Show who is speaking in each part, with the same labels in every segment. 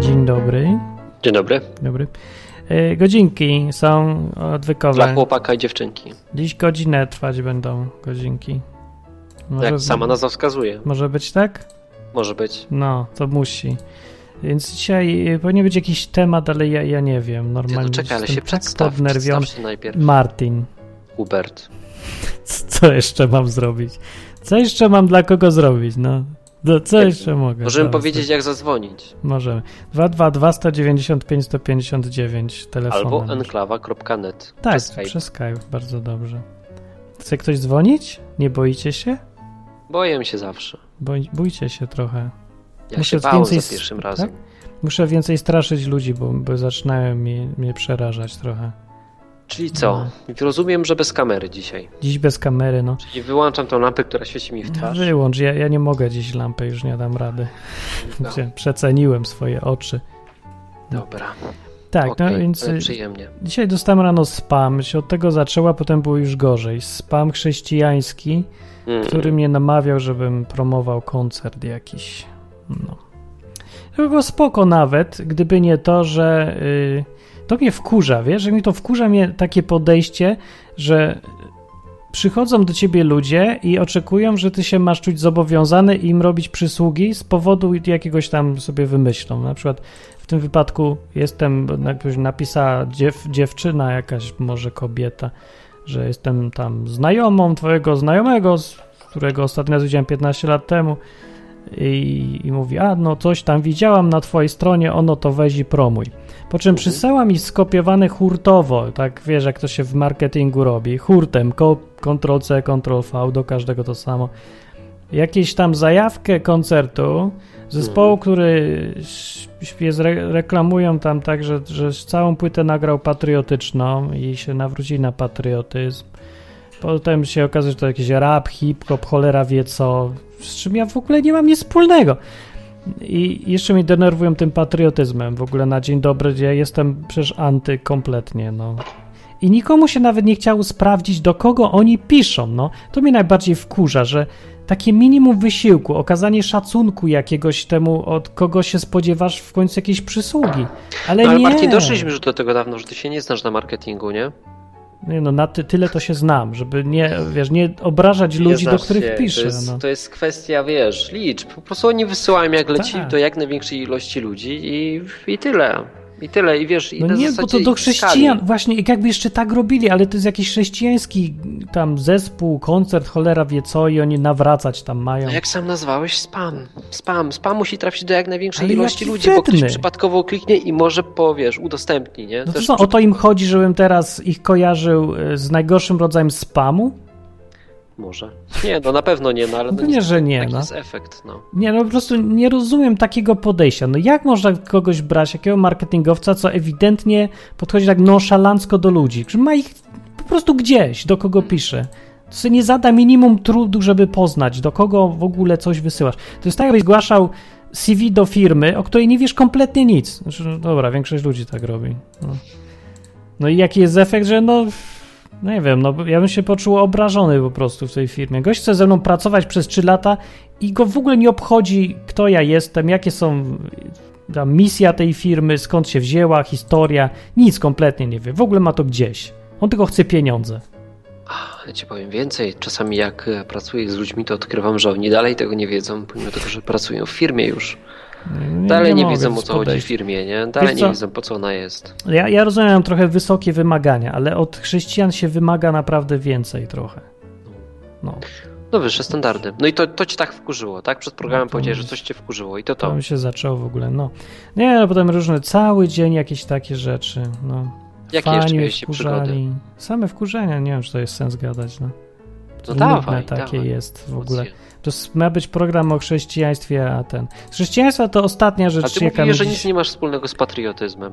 Speaker 1: Dzień dobry.
Speaker 2: Dzień dobry.
Speaker 1: Dobry. E, Godzinki są
Speaker 2: Dla
Speaker 1: odwykowe.
Speaker 2: chłopaka i dziewczynki.
Speaker 1: Dziś godzinę trwać będą godzinki. Może-
Speaker 2: Jak sama nazwa wskazuje.
Speaker 1: Może być tak?
Speaker 2: Może być.
Speaker 1: No, to musi. Więc dzisiaj e, powinien być jakiś temat, ale ja, ja nie wiem.
Speaker 2: Ty,
Speaker 1: Normalnie
Speaker 2: no czekaj, ale
Speaker 1: jestem
Speaker 2: się
Speaker 1: tak
Speaker 2: przedstaw,
Speaker 1: podnerwiony.
Speaker 2: przedstaw się najpierw.
Speaker 1: Martin.
Speaker 2: Hubert.
Speaker 1: Co jeszcze mam zrobić? Co jeszcze mam dla kogo zrobić? No, no co
Speaker 2: Jak-
Speaker 1: jeszcze mogę?
Speaker 2: Możemy
Speaker 1: teraz
Speaker 2: powiedzieć, jak zadzwonić.
Speaker 1: zrobić? Możemy. 222 195 159 telefonem.
Speaker 2: Albo enklawa.net.
Speaker 1: Tak,
Speaker 2: Przez Skype.
Speaker 1: przez Skype, bardzo dobrze. Chce ktoś dzwonić? Nie boicie się?
Speaker 2: Boję się zawsze.
Speaker 1: Boi, bójcie się trochę.
Speaker 2: Ja
Speaker 1: Muszę
Speaker 2: się bałem
Speaker 1: więcej
Speaker 2: za
Speaker 1: s-
Speaker 2: pierwszym
Speaker 1: tak?
Speaker 2: razem.
Speaker 1: Muszę więcej straszyć ludzi, bo, bo zaczynają mnie, mnie przerażać trochę.
Speaker 2: Czyli co?
Speaker 1: No.
Speaker 2: Rozumiem, że bez kamery dzisiaj.
Speaker 1: Dziś bez kamery, no.
Speaker 2: Czyli wyłączam tą lampę, która świeci mi w twarz.
Speaker 1: Wyłącz, ja, ja nie mogę dziś lampy, już nie dam rady.
Speaker 2: No,
Speaker 1: Cię- Przeceniłem swoje oczy.
Speaker 2: dobra.
Speaker 1: Tak,
Speaker 2: Okej,
Speaker 1: no więc
Speaker 2: ale
Speaker 1: y,
Speaker 2: przyjemnie.
Speaker 1: dzisiaj dostałem rano spam, się od tego zaczęła, potem było już gorzej. Spam chrześcijański,
Speaker 2: Mm.
Speaker 1: który mnie namawiał, żebym promował koncert jakiś. No. To by było spoko nawet, gdyby nie to, że y, to mnie wkurza, wiesz, że mi to wkurza mnie takie podejście, że przychodzą do ciebie ludzie i oczekują, że ty się masz czuć zobowiązany im robić przysługi z powodu jakiegoś tam sobie wymyślą. Na przykład w tym wypadku jestem, bo jakoś napisała dziew, dziewczyna jakaś, może kobieta, że jestem tam znajomą twojego znajomego, z którego ostatnio raz widziałem 15 lat temu i, i mówi, a no coś tam widziałam na twojej stronie, ono to weź i promuj. Po czym przysyła mi skopiowane hurtowo, tak wiesz jak to się w marketingu robi, hurtem, ko- Ctrl-C, Ctrl-V, do każdego to samo. Jakieś tam zajawkę koncertu zespołu, który ś- jest, re- reklamują tam tak, że, że całą płytę nagrał patriotyczną i się nawróci na patriotyzm. Potem się okazuje, że to jakiś rap, hip-hop, cholera wie co, z czym ja w ogóle nie mam nic wspólnego. I jeszcze mnie denerwują tym patriotyzmem w ogóle na dzień dobry, ja jestem przecież anty kompletnie, no. I nikomu się nawet nie chciało sprawdzić, do kogo oni piszą, no. To mnie najbardziej wkurza, że takie minimum wysiłku, okazanie szacunku jakiegoś temu, od kogo się spodziewasz w końcu jakiejś przysługi. Ale,
Speaker 2: No, ale
Speaker 1: nie.
Speaker 2: Martin, doszliśmy już do tego dawno, że ty się nie znasz na marketingu, nie?
Speaker 1: Nie no, na ty, tyle to się znam, żeby nie, wiesz, nie obrażać
Speaker 2: Nie
Speaker 1: ludzi, do
Speaker 2: znasz
Speaker 1: których
Speaker 2: się.
Speaker 1: piszę.
Speaker 2: To jest,
Speaker 1: no.
Speaker 2: to jest kwestia, wiesz, liczb. Po prostu oni wysyłają jak leci
Speaker 1: Tak.
Speaker 2: do jak największej ilości ludzi i, i tyle. I tyle, i wiesz, i
Speaker 1: No
Speaker 2: na
Speaker 1: nie, bo
Speaker 2: zasadzie
Speaker 1: to do chrześcijan,
Speaker 2: skali.
Speaker 1: właśnie, i jakby jeszcze tak robili, ale to jest jakiś chrześcijański tam zespół, koncert, cholera wie co i oni nawracać tam mają.
Speaker 2: No jak sam nazwałeś spam. Spam. Spam musi trafić do jak największej
Speaker 1: Ale
Speaker 2: ilości
Speaker 1: jaki
Speaker 2: ludzi, bo ktoś
Speaker 1: wredny.
Speaker 2: przypadkowo kliknie i może powiesz, udostępni, nie?
Speaker 1: No to
Speaker 2: Też
Speaker 1: co,
Speaker 2: przy-
Speaker 1: o to im chodzi, żebym teraz ich kojarzył e, z najgorszym rodzajem spamu?
Speaker 2: Może. Nie, no na pewno nie, no ale no,
Speaker 1: Pewnie,
Speaker 2: niestety
Speaker 1: że nie,
Speaker 2: taki
Speaker 1: no.
Speaker 2: jest efekt, no.
Speaker 1: Nie, no po prostu nie rozumiem takiego podejścia. No jak można kogoś brać, jakiego marketingowca, co ewidentnie podchodzi tak nonszalancko do ludzi? Czy ma ich po prostu gdzieś, do kogo pisze? To sobie nie zada minimum trudu, żeby poznać, do kogo w ogóle coś wysyłasz. To jest tak, jakbyś zgłaszał CV do firmy, o której nie wiesz kompletnie nic. Znaczy, no dobra, większość ludzi tak robi. No. no i jaki jest efekt, że no... No nie wiem, no ja bym się poczuł obrażony po prostu w tej firmie. Gość chce ze mną pracować przez 3 lata i go w ogóle nie obchodzi, kto ja jestem, jakie są y, ta misja tej firmy, skąd się wzięła, historia. Nic kompletnie nie wie. W ogóle ma to gdzieś. On tylko chce pieniądze.
Speaker 2: Ja ci powiem więcej. Czasami jak e, pracuję z ludźmi, to odkrywam, że oni dalej tego nie wiedzą, pomimo tego, że pracują w firmie już. Dalej nie,
Speaker 1: mogę
Speaker 2: wiedzą o co chodzi
Speaker 1: podejść.
Speaker 2: w firmie, nie? Dalej
Speaker 1: co?
Speaker 2: nie wiedzą po co ona jest.
Speaker 1: Ja, ja rozumiem, mam trochę wysokie wymagania, ale od chrześcijan się wymaga naprawdę więcej trochę. No,
Speaker 2: No wyższe standardy. No i to, to cię tak wkurzyło, tak? Przed programem
Speaker 1: No to
Speaker 2: powiedziałeś, że
Speaker 1: jest-
Speaker 2: coś cię wkurzyło i to
Speaker 1: to
Speaker 2: to.
Speaker 1: mi się zaczęło w ogóle, no. Nie, no potem różne, cały dzień jakieś takie rzeczy, no.
Speaker 2: Jakie
Speaker 1: Fani
Speaker 2: jeszcze
Speaker 1: mnie
Speaker 2: mieliście przygody?
Speaker 1: wkurzali. Same wkurzenia, nie wiem, czy to jest sens gadać, no.
Speaker 2: No
Speaker 1: Nudne
Speaker 2: dawaj,
Speaker 1: takie
Speaker 2: dawaj.
Speaker 1: jest w
Speaker 2: Emocje.
Speaker 1: ogóle. To s- ma być program o chrześcijaństwie, a ten. Z chrześcijaństwa to ostatnia
Speaker 2: A
Speaker 1: rzecz,
Speaker 2: ty
Speaker 1: jaka
Speaker 2: mówisz, że
Speaker 1: mi
Speaker 2: nic
Speaker 1: dziś-
Speaker 2: nie masz wspólnego z patriotyzmem.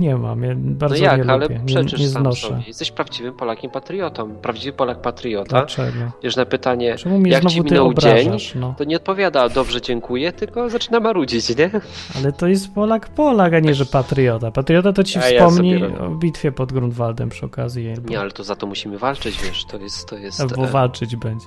Speaker 1: nie mam. Ja bardzo
Speaker 2: no
Speaker 1: nie
Speaker 2: jak,
Speaker 1: lubię.
Speaker 2: ale
Speaker 1: nie,
Speaker 2: przeczysz
Speaker 1: nie
Speaker 2: sam
Speaker 1: znoszę.
Speaker 2: sobie. tak? Jesteś prawdziwym Polakiem patriotą. Prawdziwy Polak patriota.
Speaker 1: Dlaczego?
Speaker 2: Wiesz, na pytanie,
Speaker 1: Czemu mnie
Speaker 2: jak ci
Speaker 1: znowu ty
Speaker 2: minął dzień,
Speaker 1: obrażasz? No.
Speaker 2: to nie odpowiada dobrze dziękuję, tylko zaczyna marudzić, nie?
Speaker 1: Ale to jest Polak Polak, a nie, że patriota. Patriota to ci
Speaker 2: A ja
Speaker 1: wspomni
Speaker 2: sobie robię.
Speaker 1: o bitwie pod Grunwaldem przy okazji. Albo,
Speaker 2: Nie, ale to za to musimy walczyć, wiesz, to jest, to jest...
Speaker 1: albo
Speaker 2: e,
Speaker 1: walczyć będzie.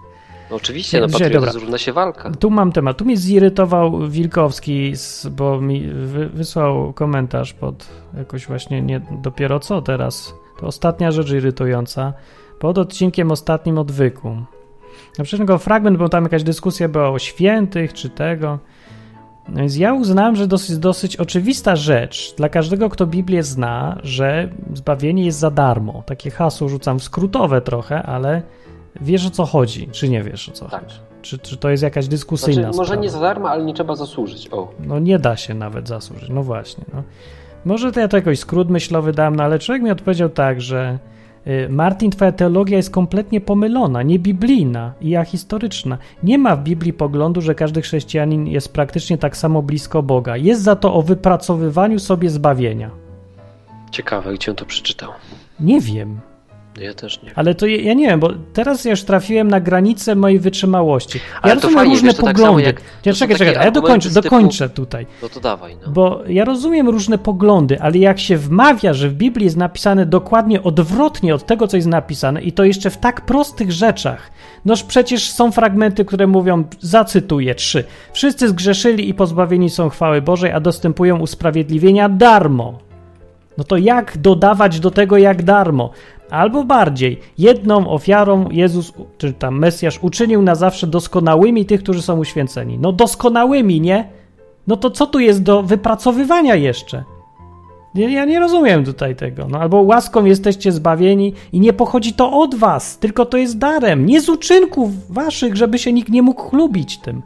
Speaker 2: No oczywiście, no patriotyzm dobra. równa się walka.
Speaker 1: Tu mam temat. Tu mnie zirytował Wilkowski, bo mi wy, wysłał komentarz pod jakoś właśnie nie, dopiero co teraz. To ostatnia rzecz irytująca. Pod odcinkiem ostatnim odwyku. Na przykład fragment, bo tam jakaś dyskusja była o świętych czy tego. No więc ja uznałem, że dosyć, dosyć oczywista rzecz dla każdego, kto Biblię zna, że zbawienie jest za darmo. Takie hasło rzucam skrótowe trochę, ale wiesz o co chodzi, czy nie wiesz o co tak. chodzi? Czy, czy to jest jakaś dyskusyjna
Speaker 2: znaczy, Może nie za darmo, ale nie trzeba zasłużyć. O.
Speaker 1: No nie da się nawet zasłużyć, no właśnie. No. Może to ja to jakoś skrót myślowy dam, no ale człowiek mi odpowiedział tak, że y, Martin, twoja teologia jest kompletnie pomylona, niebiblijna i ahistoryczna. Nie ma w Biblii poglądu, że każdy chrześcijanin jest praktycznie tak samo blisko Boga. Jest za to o wypracowywaniu sobie zbawienia.
Speaker 2: Ciekawe, gdzie on to przeczytał. No
Speaker 1: Nie wiem.
Speaker 2: Ja też nie. Wiem.
Speaker 1: Ale to ja, ja, nie wiem, bo teraz już trafiłem na granicę mojej wytrzymałości.
Speaker 2: Ale
Speaker 1: ja
Speaker 2: to fajnie,
Speaker 1: różne
Speaker 2: wiesz, to
Speaker 1: poglądy.
Speaker 2: Tak jak,
Speaker 1: ja, czekaj, czekaj, ja dokończę, typu... dokończę tutaj.
Speaker 2: No to dawaj. No.
Speaker 1: Bo ja rozumiem różne poglądy, ale jak się wmawia, że w Biblii jest napisane dokładnie odwrotnie od tego, co jest napisane, i to jeszcze w tak prostych rzeczach. Noż przecież są fragmenty, które mówią, zacytuję trzy. Wszyscy zgrzeszyli i pozbawieni są chwały Bożej, a dostępują usprawiedliwienia darmo. No to jak dodawać do tego jak darmo? Albo bardziej, jedną ofiarą Jezus, czy tam Mesjasz, uczynił na zawsze doskonałymi tych, którzy są uświęceni. No doskonałymi, nie? No to co tu jest do wypracowywania jeszcze? Ja nie rozumiem tutaj tego. No, albo łaską jesteście zbawieni i nie pochodzi to od was, tylko to jest darem, nie z uczynków waszych, żeby się nikt nie mógł chlubić tym.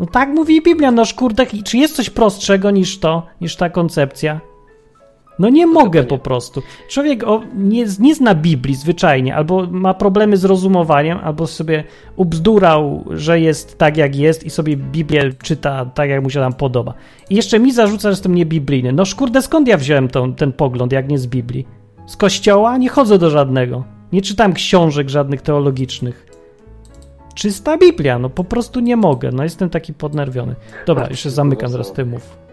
Speaker 1: No tak mówi Biblia, noż kurde, czy jest coś prostszego niż to, niż ta koncepcja? No nie mogę po prostu. Człowiek o, nie, nie zna Biblii zwyczajnie, albo ma problemy z rozumowaniem, albo sobie ubzdurał, że jest tak jak jest i sobie Biblię czyta tak jak mu się tam podoba. I jeszcze mi zarzuca, że jestem niebiblijny. No szkurde, skąd ja wziąłem tą, ten pogląd, jak nie z Biblii? Z kościoła? Nie chodzę do żadnego. Nie czytam książek żadnych teologicznych. Czysta Biblia, no po prostu nie mogę. No jestem taki podnerwiony. Dobra, już się zamykam, zaraz ty mów.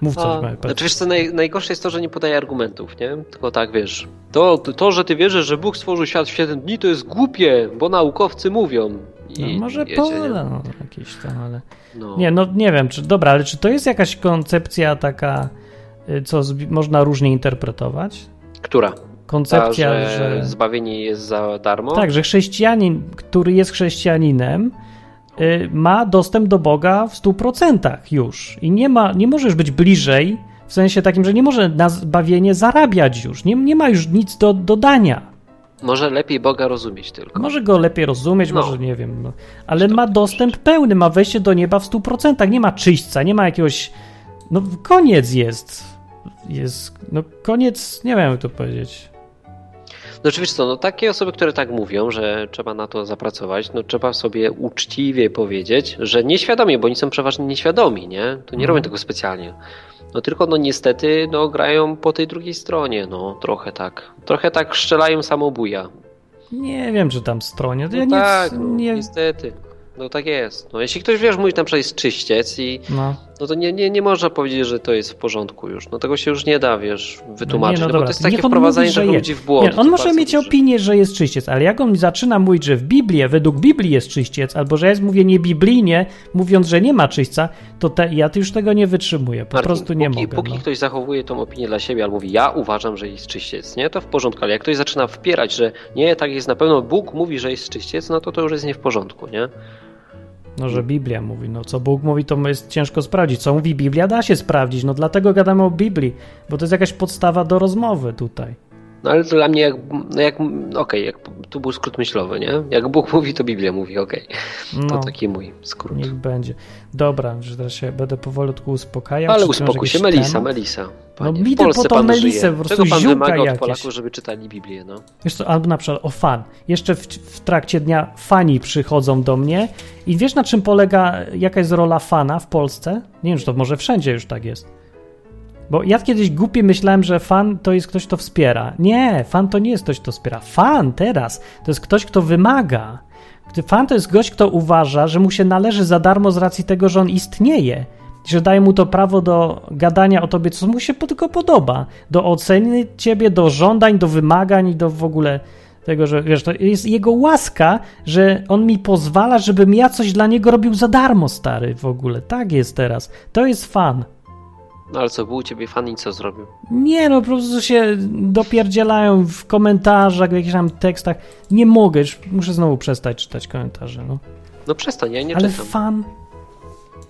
Speaker 1: Mów coś, A,
Speaker 2: Znaczy pewnie. wiesz co, naj, najgorsze jest to, że nie podaje argumentów, nie? Tylko tak, wiesz, to, to, że ty wierzysz, że Bóg stworzył świat w 7 dni, to jest głupie, bo naukowcy mówią.
Speaker 1: I, no może wiecie, poda no, jakieś tam, ale... No. Nie, no nie wiem, czy dobra, ale czy to jest jakaś koncepcja taka, y, co z, można różnie interpretować?
Speaker 2: Która?
Speaker 1: Koncepcja,
Speaker 2: Ta,
Speaker 1: że, że...
Speaker 2: Zbawienie jest za darmo?
Speaker 1: Tak, że chrześcijanin, który jest chrześcijaninem, y, ma dostęp do Boga w 100% już. I nie, ma, nie możesz być bliżej, w sensie takim, że nie może na zbawienie zarabiać już. Nie, nie ma już nic do dodania.
Speaker 2: Może lepiej Boga rozumieć tylko.
Speaker 1: Może go lepiej rozumieć, no. może nie wiem. No. Ale ma dostęp pełny, ma wejście do nieba w 100%. Nie ma czyśćca, nie ma jakiegoś. No koniec jest. Jest. No koniec, nie wiem jak to powiedzieć.
Speaker 2: No oczywiście, co, no takie osoby, które tak mówią, że trzeba na to zapracować, no trzeba sobie uczciwie powiedzieć, że nieświadomie, bo oni są przeważnie nieświadomi, nie? To nie mm. robią tego specjalnie. No tylko no niestety no, grają po tej drugiej stronie, no trochę tak. Trochę tak strzelają samobuja.
Speaker 1: Nie wiem, czy tam stronie.
Speaker 2: Ja no nie, tak, no, nie... niestety. No tak jest. No, jeśli ktoś, wiesz, mówi tam, że jest czyściec i no, no to nie, nie, nie można powiedzieć, że to jest w porządku już. No tego się już nie da, wiesz, wytłumaczyć. No, nie, no, no bo to jest takie wprowadzanie mówi, ludzi w błąd.
Speaker 1: Nie, on może mieć dobrze. opinię, że jest czyściec, ale jak on zaczyna mówić, że w Biblii, według Biblii jest czyściec, albo że ja jest, mówię niebiblijnie, mówiąc, że nie ma czyśćca, to te, ja już tego nie wytrzymuję. Po Martin, prostu nie
Speaker 2: póki,
Speaker 1: mogę.
Speaker 2: Póki
Speaker 1: no.
Speaker 2: ktoś zachowuje tą opinię dla siebie, albo mówi, ja uważam, że jest czyściec, nie, to w porządku. Ale jak ktoś zaczyna wpierać, że nie, tak jest na pewno, Bóg mówi, że jest czyściec, no to to już jest nie w porządku, nie?
Speaker 1: No, że Biblia mówi. No, co Bóg mówi, to jest ciężko sprawdzić. Co mówi Biblia, da się sprawdzić. No, dlatego gadamy o Biblii, bo to jest jakaś podstawa do rozmowy tutaj.
Speaker 2: No, ale dla mnie, jak. no jak Okej, okay, jak, tu był skrót myślowy, nie? Jak Bóg mówi, to Biblia mówi, okej. Okay. No, to taki mój skrót.
Speaker 1: Niech będzie. Dobra, że teraz się będę powolutku uspokajał.
Speaker 2: Ale uspokój się, Melisa, temat? Melisa.
Speaker 1: Panie, no, idę po tą Melisę, po prostu
Speaker 2: Czego pan
Speaker 1: ziółka
Speaker 2: wymaga od
Speaker 1: jakieś.
Speaker 2: Polaków, żeby czytali Biblię, no?
Speaker 1: Wiesz co, albo na przykład o fan. Jeszcze w, w, trakcie dnia fani przychodzą do mnie i wiesz na czym polega, jaka jest rola fana w Polsce? Nie wiem, czy to może wszędzie już tak jest. Bo ja kiedyś głupie myślałem, że fan to jest ktoś, kto wspiera. Nie, fan to nie jest ktoś, kto wspiera. Fan teraz to jest ktoś, kto wymaga. Fan to jest gość, kto uważa, że mu się należy za darmo z racji tego, że on istnieje że daje mu to prawo do gadania o tobie, co mu się tylko podoba, do oceny ciebie, do żądań, do wymagań i do w ogóle Tego, że wiesz, to jest jego łaska, że on mi pozwala, żebym ja coś dla niego robił za darmo, stary, w ogóle. Tak jest teraz. To jest fan.
Speaker 2: No ale co, był u ciebie fan i co zrobił?
Speaker 1: Nie, no po prostu się dopierdzielają w komentarzach, w jakichś tam tekstach. Nie mogę, już muszę znowu przestać czytać komentarze, no.
Speaker 2: No przestań, ja nie
Speaker 1: ale
Speaker 2: czytam.
Speaker 1: fan.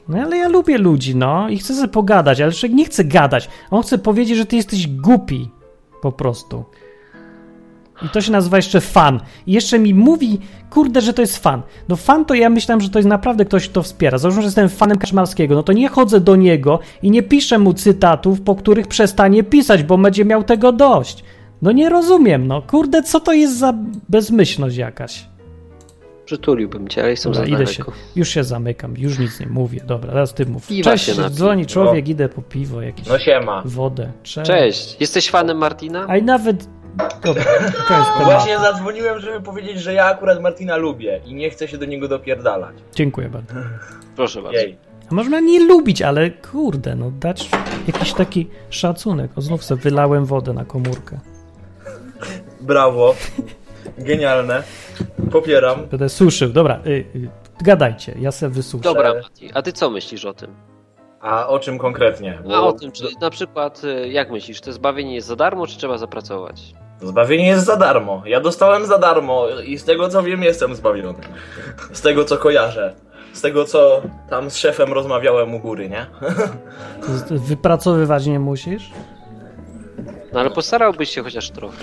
Speaker 1: No ale ja lubię ludzi, no i chcę sobie pogadać, ale człowiek nie chce gadać. On chce powiedzieć, że ty jesteś głupi. Po prostu. I to się nazywa jeszcze fan. I jeszcze mi mówi, kurde, że to jest fan. No fan to ja myślałem, że to jest naprawdę ktoś, kto wspiera. Załóżmy, że jestem fanem Kaczmarskiego, no to nie chodzę do niego i nie piszę mu cytatów, po których przestanie pisać, bo będzie miał tego dość. No nie rozumiem, no kurde, co to jest za bezmyślność jakaś.
Speaker 2: Przytuliłbym cię, ale jestem
Speaker 1: Dobra,
Speaker 2: za
Speaker 1: idę się,
Speaker 2: daleko.
Speaker 1: już się zamykam, już nic nie mówię. Dobra, teraz ty mów.
Speaker 2: Piwa
Speaker 1: Cześć,
Speaker 2: się napij.
Speaker 1: dzwoni człowiek, idę po piwo, jakieś
Speaker 3: No siema.
Speaker 1: wodę. Cześć.
Speaker 2: Cześć, jesteś fanem Martina?
Speaker 1: A i nawet... Dobra, to jest
Speaker 3: No
Speaker 1: temat.
Speaker 3: Właśnie zadzwoniłem, żeby powiedzieć, że ja akurat Martina lubię i nie chcę się do niego dopierdalać.
Speaker 1: Dziękuję bardzo.
Speaker 2: Proszę bardzo.
Speaker 3: Jej.
Speaker 1: A można nie lubić, ale kurde, no dać jakiś taki szacunek. O, znów sobie wylałem wodę na komórkę.
Speaker 3: Brawo. Genialne. Popieram.
Speaker 1: Będę suszył. Dobra, y, y, gadajcie, ja se wysłucham.
Speaker 2: Dobra, Mati, a ty co myślisz o tym?
Speaker 3: A o czym konkretnie?
Speaker 2: A o tym, czy na przykład, y, jak myślisz, to zbawienie jest za darmo, czy trzeba zapracować?
Speaker 3: Zbawienie jest za darmo. Ja dostałem za darmo i z tego co wiem jestem zbawiony. Z tego co kojarzę. Z tego co tam z szefem rozmawiałem u góry, nie?
Speaker 1: Z- Wypracowywać nie musisz?
Speaker 2: No ale postarałbyś się chociaż trochę.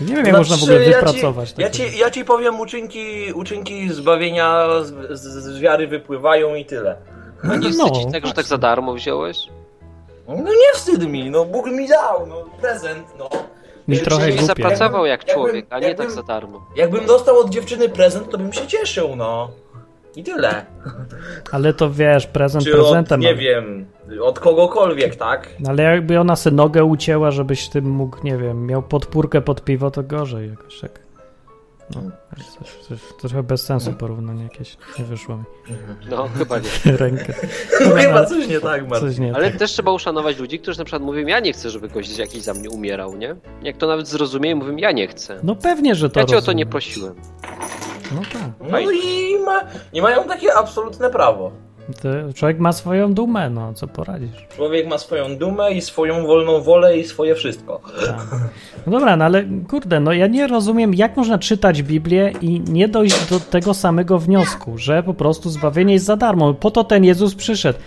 Speaker 1: Nie wiem, jak można w ogóle
Speaker 3: Znaczy,
Speaker 1: wypracować.
Speaker 3: Ja
Speaker 1: takie-
Speaker 3: ci, ja ci, ja ci powiem, uczynki, uczynki zbawienia z, z, z wiary wypływają i tyle.
Speaker 2: A nie
Speaker 1: No,
Speaker 2: wstydzi ci tak, że tak
Speaker 1: właśnie.
Speaker 2: za darmo wziąłeś?
Speaker 3: No nie wstyd mi, no Bóg mi dał, no prezent, no.
Speaker 1: Mi
Speaker 3: Czy-
Speaker 1: trochę
Speaker 3: czy
Speaker 2: Czyli
Speaker 1: głupie.
Speaker 2: zapracował jak
Speaker 3: Jakbym-
Speaker 2: człowiek, a nie
Speaker 3: jakbym-
Speaker 2: tak za darmo.
Speaker 3: Jakbym dostał od dziewczyny prezent, to bym się cieszył, no. I tyle.
Speaker 1: Ale to wiesz, prezent
Speaker 3: Czy od,
Speaker 1: prezentem.
Speaker 3: nie
Speaker 1: ale-
Speaker 3: wiem, od kogokolwiek, tak?
Speaker 1: No Ale jakby ona se nogę ucięła, żebyś ty mógł, nie wiem, miał podpórkę pod piwo, to gorzej jakoś tak. No, coś, coś, trochę bez sensu porównanie jakieś. Nie wyszło mi.
Speaker 2: No, chyba nie.
Speaker 1: Rękę.
Speaker 3: No, chyba coś nie tak, Marcin.
Speaker 1: Coś nie
Speaker 2: Ale
Speaker 1: tak.
Speaker 2: też trzeba uszanować ludzi, którzy na przykład mówią, ja nie chcę, żeby gość jakiś za mnie umierał, nie? Jak to nawet zrozumieją, mówią, ja nie chcę.
Speaker 1: No pewnie, że to
Speaker 2: Ja cię o to
Speaker 1: rozumiem.
Speaker 2: nie prosiłem.
Speaker 1: No tak.
Speaker 3: No i, ma, i mają takie absolutne prawo.
Speaker 1: To człowiek ma swoją dumę, no co poradzisz.
Speaker 3: Człowiek ma swoją dumę i swoją wolną wolę i swoje wszystko.
Speaker 1: Tak. No dobra, no ale kurde, no ja nie rozumiem, jak można czytać Biblię i nie dojść do tego samego wniosku, że po prostu zbawienie jest za darmo. Po to ten Jezus przyszedł.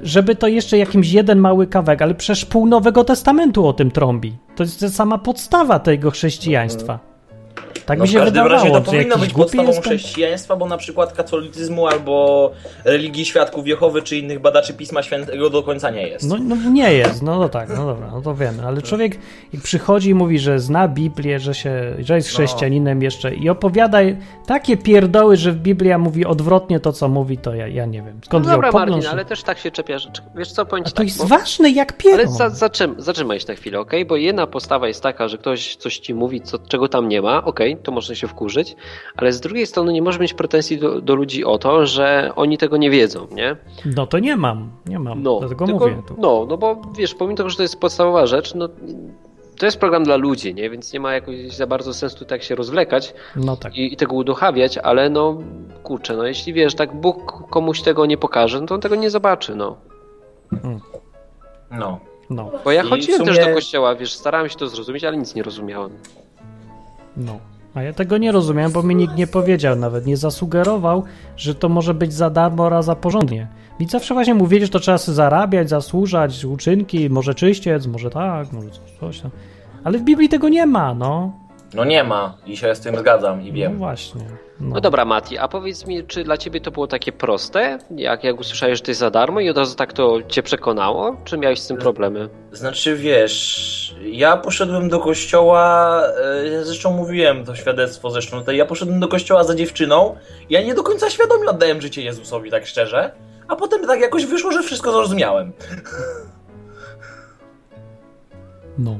Speaker 1: Żeby to jeszcze jakimś jeden mały kawałek, ale przecież pół Nowego Testamentu o tym trąbi. To jest sama podstawa tego chrześcijaństwa. Tak
Speaker 3: No
Speaker 1: mi się
Speaker 3: w każdym
Speaker 1: wydawało,
Speaker 3: razie to
Speaker 1: że
Speaker 3: powinno
Speaker 1: jakiś
Speaker 3: być
Speaker 1: głupi
Speaker 3: podstawą
Speaker 1: jestem.
Speaker 3: chrześcijaństwa, bo na przykład katolicyzmu albo religii świadków Jehowy czy innych badaczy Pisma Świętego do końca nie jest.
Speaker 1: No, no nie jest, no, no tak, no dobra, no to wiemy, ale człowiek jak przychodzi i mówi, że zna Biblię, że, się, że jest
Speaker 3: No.
Speaker 1: chrześcijaninem jeszcze i opowiada takie pierdoły, że Biblia mówi odwrotnie to, co mówi, to ja, ja nie wiem.
Speaker 2: No
Speaker 1: Skąd
Speaker 2: dobra,
Speaker 1: wziął pogląd,
Speaker 2: Martin,
Speaker 1: że-
Speaker 2: ale też tak się czepiasz. Czek- Wiesz co, powiem
Speaker 1: A
Speaker 2: ci
Speaker 1: to
Speaker 2: tak,
Speaker 1: jest
Speaker 2: bo-
Speaker 1: ważne jak pierdo.
Speaker 2: Ale za, zaczym, zatrzymaj się na chwilę, okej? Bo jedna postawa jest taka, że ktoś coś ci mówi, co, czego tam nie ma, okej, to można się wkurzyć, ale z drugiej strony nie możesz mieć pretensji do, do ludzi o to, że oni tego nie wiedzą, nie?
Speaker 1: No to nie mam, nie mam,
Speaker 2: No,
Speaker 1: dlatego mówię. Tu.
Speaker 2: No, no bo wiesz, pomimo tego, że to jest podstawowa rzecz, no to jest program dla ludzi, nie? Więc nie ma jakoś za bardzo sensu tak się rozwlekać
Speaker 1: No tak.
Speaker 2: i, i tego uduchawiać, ale no kurczę, no jeśli wiesz, tak Bóg komuś tego nie pokaże, no to on tego nie zobaczy, no.
Speaker 3: No.
Speaker 1: No,
Speaker 2: Bo ja
Speaker 3: I w
Speaker 2: chodziłem też
Speaker 3: sumie-
Speaker 2: do kościoła, wiesz, starałem się to zrozumieć, ale nic nie rozumiałem.
Speaker 1: no. A ja tego nie rozumiałem, bo mi nikt nie powiedział nawet, nie zasugerował, że to może być za darmo oraz za porządnie. Mi zawsze właśnie mówili, że to trzeba sobie zarabiać, zasłużać, uczynki, może czyściec, może tak, może coś, coś tam. Ale w Biblii tego nie ma, no.
Speaker 3: No nie ma i się z tym zgadzam i
Speaker 1: No
Speaker 3: wiem.
Speaker 1: właśnie. No.
Speaker 2: No dobra, Mati, a powiedz mi, czy dla ciebie to było takie proste, jak, jak usłyszałeś, że to jest za darmo i od razu tak to cię przekonało? Czy miałeś z tym problemy?
Speaker 3: Znaczy wiesz, ja poszedłem do kościoła, e, zresztą mówiłem to świadectwo zresztą tutaj, ja poszedłem do kościoła za dziewczyną, ja nie do końca świadomie oddałem życie Jezusowi, tak szczerze, a potem tak jakoś wyszło, że wszystko zrozumiałem.
Speaker 1: No.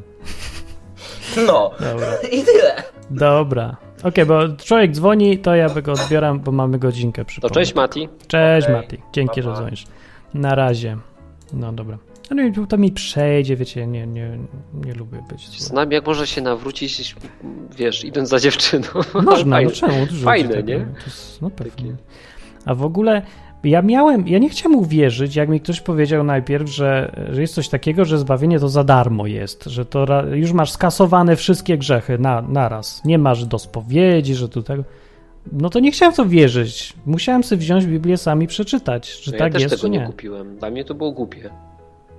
Speaker 3: No.
Speaker 1: Dobra.
Speaker 3: I tyle.
Speaker 1: Dobra. Okej, bo człowiek dzwoni, to ja go odbieram, bo mamy godzinkę przy
Speaker 2: To No cześć, Mati.
Speaker 1: Cześć,
Speaker 3: Okej,
Speaker 1: Mati. Dzięki,
Speaker 3: pa,
Speaker 1: że
Speaker 3: pa.
Speaker 1: dzwonisz. Na razie. No dobra. No i to mi przejdzie, wiecie, nie, nie, nie lubię być. zły.
Speaker 2: Znam, jak można się nawrócić, wiesz, idąc za dziewczyną.
Speaker 1: Można, no
Speaker 2: Fajne.
Speaker 1: czemu? Dużo
Speaker 2: Fajne,
Speaker 1: ludzi tak
Speaker 2: nie?
Speaker 1: robi. To jest, no pewnie.
Speaker 2: Takie.
Speaker 1: A w ogóle ja miałem, ja nie chciałem uwierzyć, jak mi ktoś powiedział najpierw, że, że jest coś takiego, że zbawienie to za darmo jest, że to ra, już masz skasowane wszystkie grzechy na, naraz. Nie masz do spowiedzi, że tu tego. No to nie chciałem w to wierzyć. Musiałem sobie wziąć Biblię sami przeczytać, czy
Speaker 2: No ja
Speaker 1: tak
Speaker 2: też
Speaker 1: jest,
Speaker 2: tego
Speaker 1: czy
Speaker 2: nie.
Speaker 1: nie.
Speaker 2: kupiłem. Dla mnie to było głupie.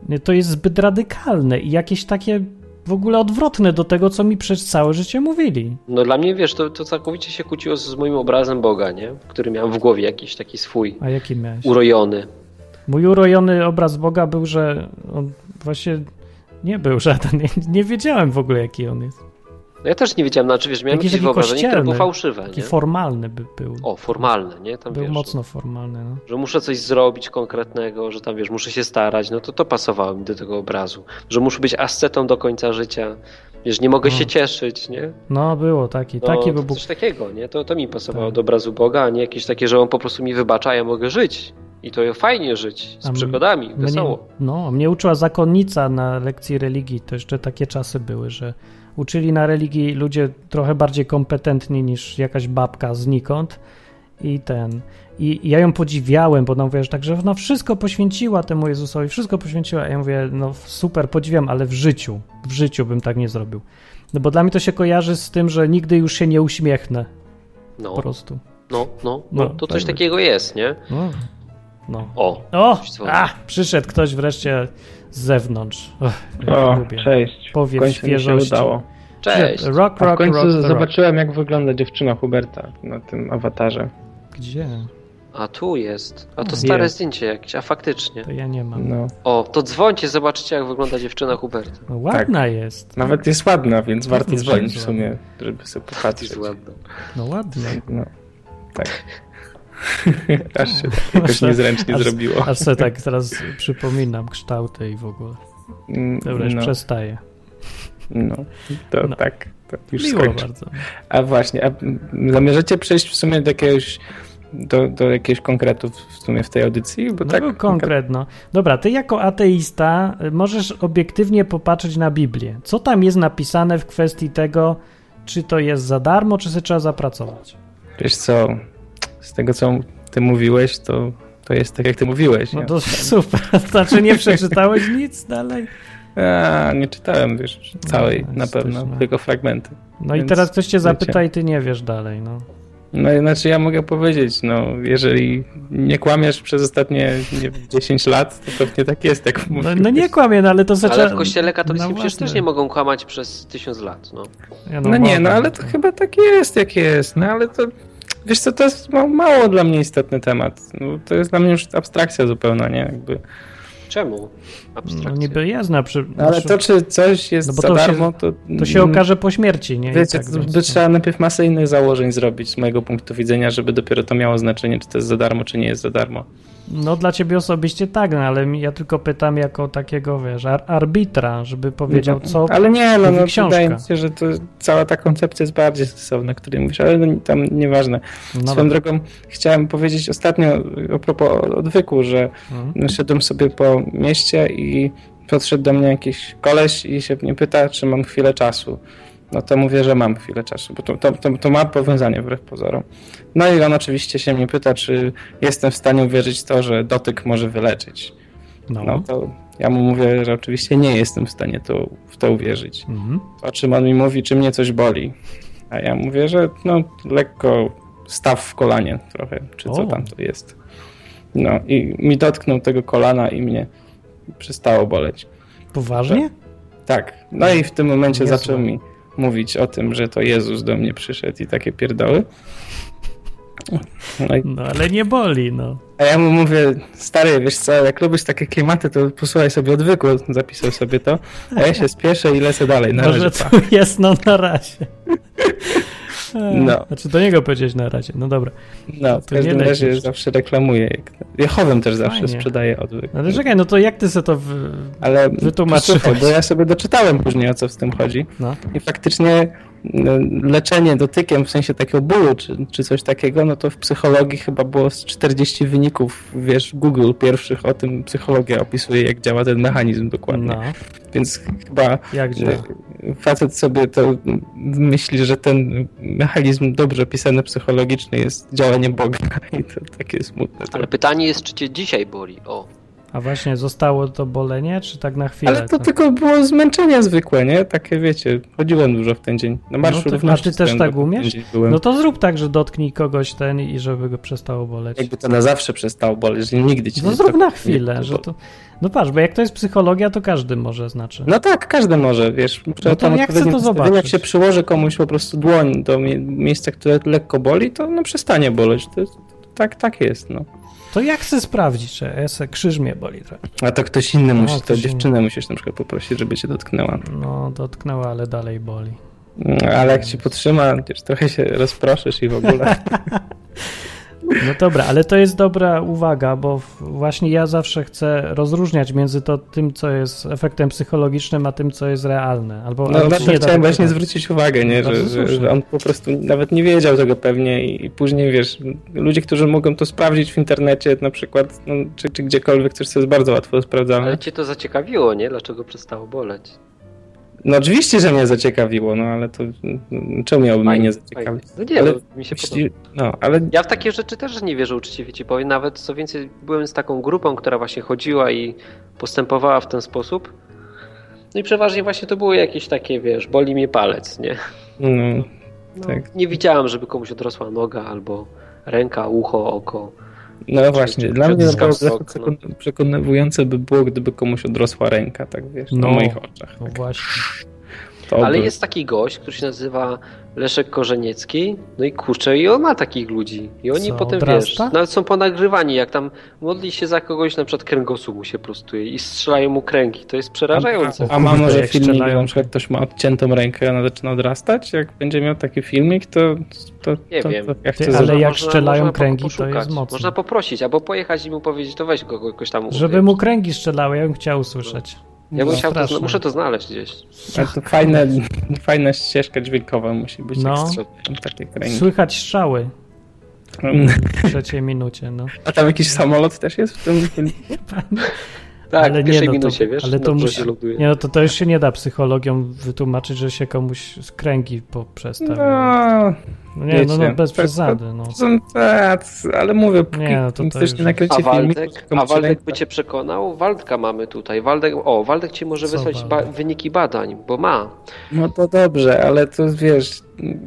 Speaker 1: Nie, To jest zbyt radykalne i jakieś takie w ogóle odwrotne do tego, co mi przez całe życie mówili.
Speaker 2: No dla mnie, wiesz, to, to całkowicie się kłóciło z moim obrazem Boga, nie? Który miałem w głowie jakiś taki swój,
Speaker 1: A jaki miałeś?
Speaker 2: urojony.
Speaker 1: Mój urojony obraz Boga był, że on właśnie nie był żaden. Nie, nie wiedziałem w ogóle, jaki on jest.
Speaker 2: No ja też nie wiedziałem, znaczy, wiesz, miałem
Speaker 1: Taki
Speaker 2: jakieś
Speaker 1: taki
Speaker 2: wyobrażenie, które było
Speaker 1: kościelny,
Speaker 2: fałszywe,
Speaker 1: Taki
Speaker 2: nie?
Speaker 1: formalny by był.
Speaker 2: O, formalne, nie? Tam,
Speaker 1: był
Speaker 2: wiesz,
Speaker 1: mocno formalny. No.
Speaker 2: że muszę coś zrobić konkretnego, że tam wiesz, muszę się starać, no to to pasowało mi do tego obrazu. Że muszę być ascetą do końca życia, wiesz, nie mogę
Speaker 1: No.
Speaker 2: się cieszyć, nie?
Speaker 1: no, było taki.
Speaker 2: No,
Speaker 1: taki
Speaker 2: to
Speaker 1: by był.
Speaker 2: Coś takiego, nie? To, to mi pasowało
Speaker 1: Tak.
Speaker 2: do obrazu Boga, a nie jakieś takie, że on po prostu mi wybacza, a ja mogę żyć. I to fajnie żyć,
Speaker 1: A
Speaker 2: z
Speaker 1: m-
Speaker 2: przygodami,
Speaker 1: Mnie,
Speaker 2: wesoło.
Speaker 1: no, mnie uczyła zakonnica na lekcji religii. To jeszcze takie czasy były, że uczyli na religii ludzie trochę bardziej kompetentni niż jakaś babka znikąd. I ten. I i ja ją podziwiałem, bo ona mówiła, że tak, że ona wszystko poświęciła temu Jezusowi, wszystko poświęciła. A ja mówię, no super, podziwiam, ale w życiu, w życiu bym tak nie zrobił. No bo dla mnie to się kojarzy z tym, że nigdy już się nie uśmiechnę, po
Speaker 2: No,
Speaker 1: prostu.
Speaker 2: no, no,
Speaker 1: No,
Speaker 2: no. To coś
Speaker 1: tak
Speaker 2: takiego jest, nie?
Speaker 1: No. no.
Speaker 2: O,
Speaker 1: O!
Speaker 2: Coś
Speaker 1: A! Przyszedł ktoś wreszcie z zewnątrz. Och, jak
Speaker 4: O,
Speaker 1: lubię.
Speaker 4: cześć.
Speaker 1: Powiew
Speaker 4: w końcu mi się
Speaker 1: świeżości.
Speaker 4: udało.
Speaker 2: cześć.
Speaker 1: Rock,
Speaker 4: A w
Speaker 1: rock,
Speaker 4: końcu
Speaker 1: rock, the
Speaker 4: zobaczyłem, jak wygląda dziewczyna Huberta na tym awatarze.
Speaker 1: rock. Gdzie?
Speaker 2: A tu jest. A to
Speaker 1: Nie.
Speaker 2: stare zdjęcie jakieś, a faktycznie.
Speaker 1: To ja nie mam.
Speaker 4: No.
Speaker 2: O, to dzwońcie, zobaczcie jak wygląda dziewczyna Huberta.
Speaker 1: No, ładna jest.
Speaker 4: tak. Nawet jest ładna, więc warto
Speaker 1: Jest
Speaker 4: dzwonić
Speaker 1: bardzo
Speaker 4: w sumie, żeby sobie popatrzeć.
Speaker 2: Jest ładna.
Speaker 1: No ładna.
Speaker 4: No, tak. Aż się tak jakoś niezręcznie
Speaker 1: Aż-
Speaker 4: zrobiło.
Speaker 1: Aż sobie tak teraz przypominam kształty i w ogóle.
Speaker 4: Mm,
Speaker 1: Dobra, już
Speaker 4: no,
Speaker 1: przestaję.
Speaker 4: no, to
Speaker 1: No.
Speaker 4: tak, to już
Speaker 1: Miło
Speaker 4: skończę.
Speaker 1: bardzo.
Speaker 4: A właśnie, a mm, zamierzacie przejść w sumie do jakiegoś, do, do jakiegoś konkretu w sumie w tej audycji? Bo
Speaker 1: No
Speaker 4: tak,
Speaker 1: był konkret, no. Dobra, ty jako ateista y, możesz obiektywnie popatrzeć na Biblię. Co tam jest napisane w kwestii tego, czy to jest za darmo, czy sobie trzeba zapracować?
Speaker 4: Wiesz co, z tego co ty mówiłeś, to, to jest tak jak ty mówiłeś.
Speaker 1: No
Speaker 4: nie?
Speaker 1: to super. Znaczy nie przeczytałeś nic dalej.
Speaker 4: A, nie czytałem, wiesz, całej
Speaker 1: No,
Speaker 4: na pewno,
Speaker 1: jesteśmy.
Speaker 4: tylko fragmenty.
Speaker 1: No i
Speaker 4: Więc
Speaker 1: teraz ktoś cię
Speaker 4: wiecie.
Speaker 1: zapyta i ty nie wiesz dalej, no.
Speaker 4: No i znaczy ja mogę powiedzieć, no jeżeli nie kłamiesz przez ostatnie nie, wiem, 10 lat, to pewnie tak jest, jak
Speaker 1: No,
Speaker 4: mówisz.
Speaker 1: no nie kłamie, no ale to zaczę...
Speaker 2: Ale w kościele katolickim
Speaker 1: No
Speaker 2: przecież też
Speaker 1: właśnie.
Speaker 2: nie mogą kłamać przez tysiąc lat. No.
Speaker 1: Ja
Speaker 4: No nie, no
Speaker 1: mogę.
Speaker 4: ale to chyba tak jest, jak jest, no ale to, wiesz co, to jest ma- mało dla mnie istotny temat. No, to jest dla mnie już abstrakcja zupełna, nie? Jakby.
Speaker 2: Czemu? Abstrakcja.
Speaker 1: No niby jasna, przy...
Speaker 4: Ale to, czy coś jest
Speaker 1: No bo
Speaker 4: za
Speaker 1: to się-
Speaker 4: darmo, to... mm,
Speaker 1: to się okaże po śmierci, nie? I
Speaker 4: Wiecie,
Speaker 1: tak,
Speaker 4: to
Speaker 1: więc-
Speaker 4: by trzeba najpierw masę innych założeń zrobić z mojego punktu widzenia, żeby dopiero to miało znaczenie, czy to jest za darmo, czy nie jest za darmo.
Speaker 1: No dla ciebie osobiście tak, no ale mi- ja tylko pytam jako takiego, wiesz, ar- arbitra, żeby powiedział co...
Speaker 4: Ale nie, no,
Speaker 1: mówi
Speaker 4: no
Speaker 1: książka.
Speaker 4: wydaje mi się, że to cała ta koncepcja jest bardziej stosowna, o której mówisz, ale no, tam nieważne.
Speaker 1: No
Speaker 4: Swoją
Speaker 1: dobra.
Speaker 4: drogą chciałem powiedzieć ostatnio a propos odwyku, że
Speaker 1: Mhm.
Speaker 4: szedłem sobie po mieście i podszedł do mnie jakiś koleś i się mnie pyta, czy mam chwilę czasu. No to mówię, że mam chwilę czasu, bo to, to, to, to ma powiązanie wbrew pozorom. No i on oczywiście się mnie pyta, czy jestem w stanie uwierzyć w to, że dotyk może wyleczyć.
Speaker 1: No.
Speaker 4: No to ja mu mówię, że oczywiście nie jestem w stanie to, w to uwierzyć.
Speaker 1: Mhm.
Speaker 4: Po czym on mi mówi, czy mnie coś boli. A ja mówię, że no lekko staw w kolanie trochę, czy co
Speaker 1: O.
Speaker 4: tam to jest. No i mi dotknął tego kolana i mnie przestało boleć.
Speaker 1: Poważnie?
Speaker 4: Tak. No i w tym momencie
Speaker 1: Niezłe.
Speaker 4: zaczął mi mówić o tym, że to Jezus do mnie przyszedł i takie pierdoły. No i,
Speaker 1: No ale nie boli, no.
Speaker 4: a ja mu mówię, stary, wiesz co, jak lubisz takie klimaty, to posłuchaj sobie odwyku, zapisał sobie to, a ja się spieszę i lecę dalej. Na
Speaker 1: Może
Speaker 4: razie, tak. pa.
Speaker 1: to jest, no na razie. E,
Speaker 4: No.
Speaker 1: Znaczy do niego powiedzieć na razie, no dobra.
Speaker 4: No, w
Speaker 1: To nie
Speaker 4: każdym razie
Speaker 1: lecisz.
Speaker 4: zawsze reklamuję. jak- Jechowem też zawsze
Speaker 1: Fajnie.
Speaker 4: sprzedaję odwyk.
Speaker 1: No Ale czekaj, no to jak ty se to... W...
Speaker 4: Ale
Speaker 1: wytłumaczyłeś.
Speaker 4: słuchaj, bo ja sobie doczytałem później o co w tym chodzi
Speaker 1: No.
Speaker 4: i faktycznie mm, leczenie dotykiem, w sensie takiego bólu czy, czy coś takiego, no to w psychologii chyba było z 40 wyników, wiesz, Google pierwszych o tym, psychologia opisuje, jak działa ten mechanizm dokładnie.
Speaker 1: No,
Speaker 4: Więc chyba
Speaker 1: jak działa?
Speaker 4: Tak. facet sobie to myśli, że ten mechanizm dobrze pisany psychologiczny jest działanie Boga i to takie
Speaker 1: Tak.
Speaker 4: smutne.
Speaker 2: Ale pytanie jest, czy cię dzisiaj boli? O,
Speaker 1: A właśnie, zostało to bolenie, czy tak na chwilę?
Speaker 4: Ale to tylko było zmęczenie zwykłe, nie? Takie wiecie, chodziłem dużo w ten dzień. Na marszu
Speaker 1: No to- a
Speaker 4: równości
Speaker 1: ty też
Speaker 4: stałem,
Speaker 1: tak
Speaker 4: bo w ten
Speaker 1: umiesz?
Speaker 4: dzień Byłem.
Speaker 1: No to zrób tak, że dotknij kogoś ten i żeby go przestało boleć.
Speaker 4: Jakby to na zawsze przestało boleć, że nigdy ci
Speaker 1: No
Speaker 4: nie
Speaker 1: zrób
Speaker 4: to-
Speaker 1: na
Speaker 4: nie- tak
Speaker 1: chwilę, że to... No patrz, bo jak to jest psychologia, to każdy może znaczy.
Speaker 4: No tak, każdy może, wiesz.
Speaker 1: No to
Speaker 4: tam
Speaker 1: ja chcę
Speaker 4: odpowiednie
Speaker 1: to
Speaker 4: ustawienia,
Speaker 1: zobaczyć.
Speaker 4: Jak się przyłoży komuś po prostu dłoń do mie- miejsca, które lekko boli, to no przestanie boleć. To, jest- tak, tak jest, no.
Speaker 1: To jak chcę sprawdzić, czy ese krzyż mnie boli trochę.
Speaker 4: A to ktoś inny musi, to
Speaker 1: ktoś inny.
Speaker 4: dziewczynę musisz na przykład poprosić, żeby cię dotknęła.
Speaker 1: No, dotknęła, ale dalej boli.
Speaker 4: Mm, Ale jak cię potrzyma, wiesz, trochę się rozproszysz i w ogóle.
Speaker 1: No dobra, ale to jest dobra uwaga, bo w- właśnie ja zawsze chcę rozróżniać między to tym, co jest efektem psychologicznym, a tym, co jest realne. Albo,
Speaker 4: No
Speaker 1: albo
Speaker 4: na
Speaker 1: czy
Speaker 4: to
Speaker 1: nie da
Speaker 4: chciałem
Speaker 1: tak
Speaker 4: właśnie
Speaker 1: się-
Speaker 4: zwrócić uwagę, nie? Że,
Speaker 1: Bardzo
Speaker 4: że,
Speaker 1: słusznie.
Speaker 4: że on po prostu nawet nie wiedział tego pewnie i, i później, wiesz, ludzie, którzy mogą to sprawdzić w internecie na przykład, no, czy, czy gdziekolwiek, coś co jest bardzo łatwo sprawdzalne.
Speaker 2: ale cię to zaciekawiło, nie? Dlaczego przestało boleć?
Speaker 4: No oczywiście, że mnie zaciekawiło, no ale to mm, czemu miałoby mnie
Speaker 2: Fajnie,
Speaker 4: nie
Speaker 2: fajnie.
Speaker 4: zaciekawić?
Speaker 2: No nie,
Speaker 4: Ale
Speaker 2: no, mi się podoba.
Speaker 4: Jeśli- No, ale
Speaker 2: Ja w takie rzeczy też nie wierzę uczciwie ci powiem. Nawet co więcej, byłem z taką grupą, która właśnie chodziła i postępowała w ten sposób. No i przeważnie właśnie to były jakieś takie, wiesz, boli mnie palec, nie?
Speaker 4: no,
Speaker 2: No,
Speaker 4: Tak.
Speaker 2: Nie widziałem, żeby komuś odrosła noga albo ręka, ucho, oko.
Speaker 4: no właśnie,
Speaker 2: czy-
Speaker 4: dla
Speaker 2: czy
Speaker 4: mnie
Speaker 2: odzyskam
Speaker 4: to
Speaker 2: wzrok, no.
Speaker 4: przekon- przekonywujące by było, gdyby komuś odrosła ręka, tak wiesz,
Speaker 1: No.
Speaker 4: na moich oczach.
Speaker 1: No
Speaker 4: Tak.
Speaker 1: właśnie.
Speaker 4: To
Speaker 2: Ale
Speaker 4: by-
Speaker 2: jest taki gość, który się nazywa Leszek Korzeniecki, no i kurczę, i on ma takich ludzi. I oni
Speaker 1: Co,
Speaker 2: potem,
Speaker 1: odrasta?
Speaker 2: wiesz, nawet są ponagrywani, jak tam modli się za kogoś, na przykład kręgosłup mu się prostuje i strzelają mu kręgi. To jest przerażające.
Speaker 4: A ma
Speaker 1: Kurde,
Speaker 4: może
Speaker 1: jak
Speaker 4: filmik,
Speaker 1: strzelają.
Speaker 4: że na przykład ktoś ma odciętą rękę, ona zaczyna odrastać? Jak będzie miał taki filmik, to, to,
Speaker 2: Nie
Speaker 4: to,
Speaker 2: wiem.
Speaker 4: to ja chcę
Speaker 1: Ty,
Speaker 4: zobaczyć.
Speaker 1: ale jak
Speaker 2: Można-
Speaker 1: strzelają
Speaker 2: można
Speaker 1: kręgi, to
Speaker 2: poszukać.
Speaker 1: jest mocne.
Speaker 2: Można poprosić, albo pojechać i mu powiedzieć, to weź go jakoś tam
Speaker 1: Żeby mu kręgi strzelały, ja bym chciał usłyszeć.
Speaker 2: Ja bym chciał to,
Speaker 1: straszne.
Speaker 2: muszę to znaleźć gdzieś.
Speaker 4: Ale to fajne, fajna ścieżka dźwiękowa musi być.
Speaker 1: No.
Speaker 4: No. Takie kręgi.
Speaker 1: Słychać strzały w trzeciej minucie, no.
Speaker 4: A tam jakiś samolot też jest w tym filmie?
Speaker 2: Tak,
Speaker 1: Ale
Speaker 2: w
Speaker 1: nie,
Speaker 2: pierwszej
Speaker 1: no to-
Speaker 2: minucie, wiesz?
Speaker 1: ale to
Speaker 2: dobrze
Speaker 1: musi-
Speaker 2: się loduje.
Speaker 1: Nie no, to, to już się nie da psychologią wytłumaczyć, że się komuś z kręgi poprzestawiają.
Speaker 4: No,
Speaker 1: No, nie, no, no
Speaker 4: wiecie.
Speaker 1: bez przesady, no.
Speaker 4: są tacy, ale mówię,
Speaker 1: Nie, no to
Speaker 4: póki
Speaker 1: to
Speaker 4: ktoś
Speaker 1: już-
Speaker 4: nie
Speaker 2: A
Speaker 4: nakręci filmiku,
Speaker 2: Waldek,
Speaker 4: komuś
Speaker 2: a Waldek by
Speaker 4: ręka-
Speaker 2: cię przekonał? Waldka mamy tutaj. Waldek, o, Waldek ci może
Speaker 1: Co
Speaker 2: wysłać ba-
Speaker 1: Waldek?
Speaker 2: wyniki badań, bo ma.
Speaker 4: No to dobrze, ale to wiesz... mm,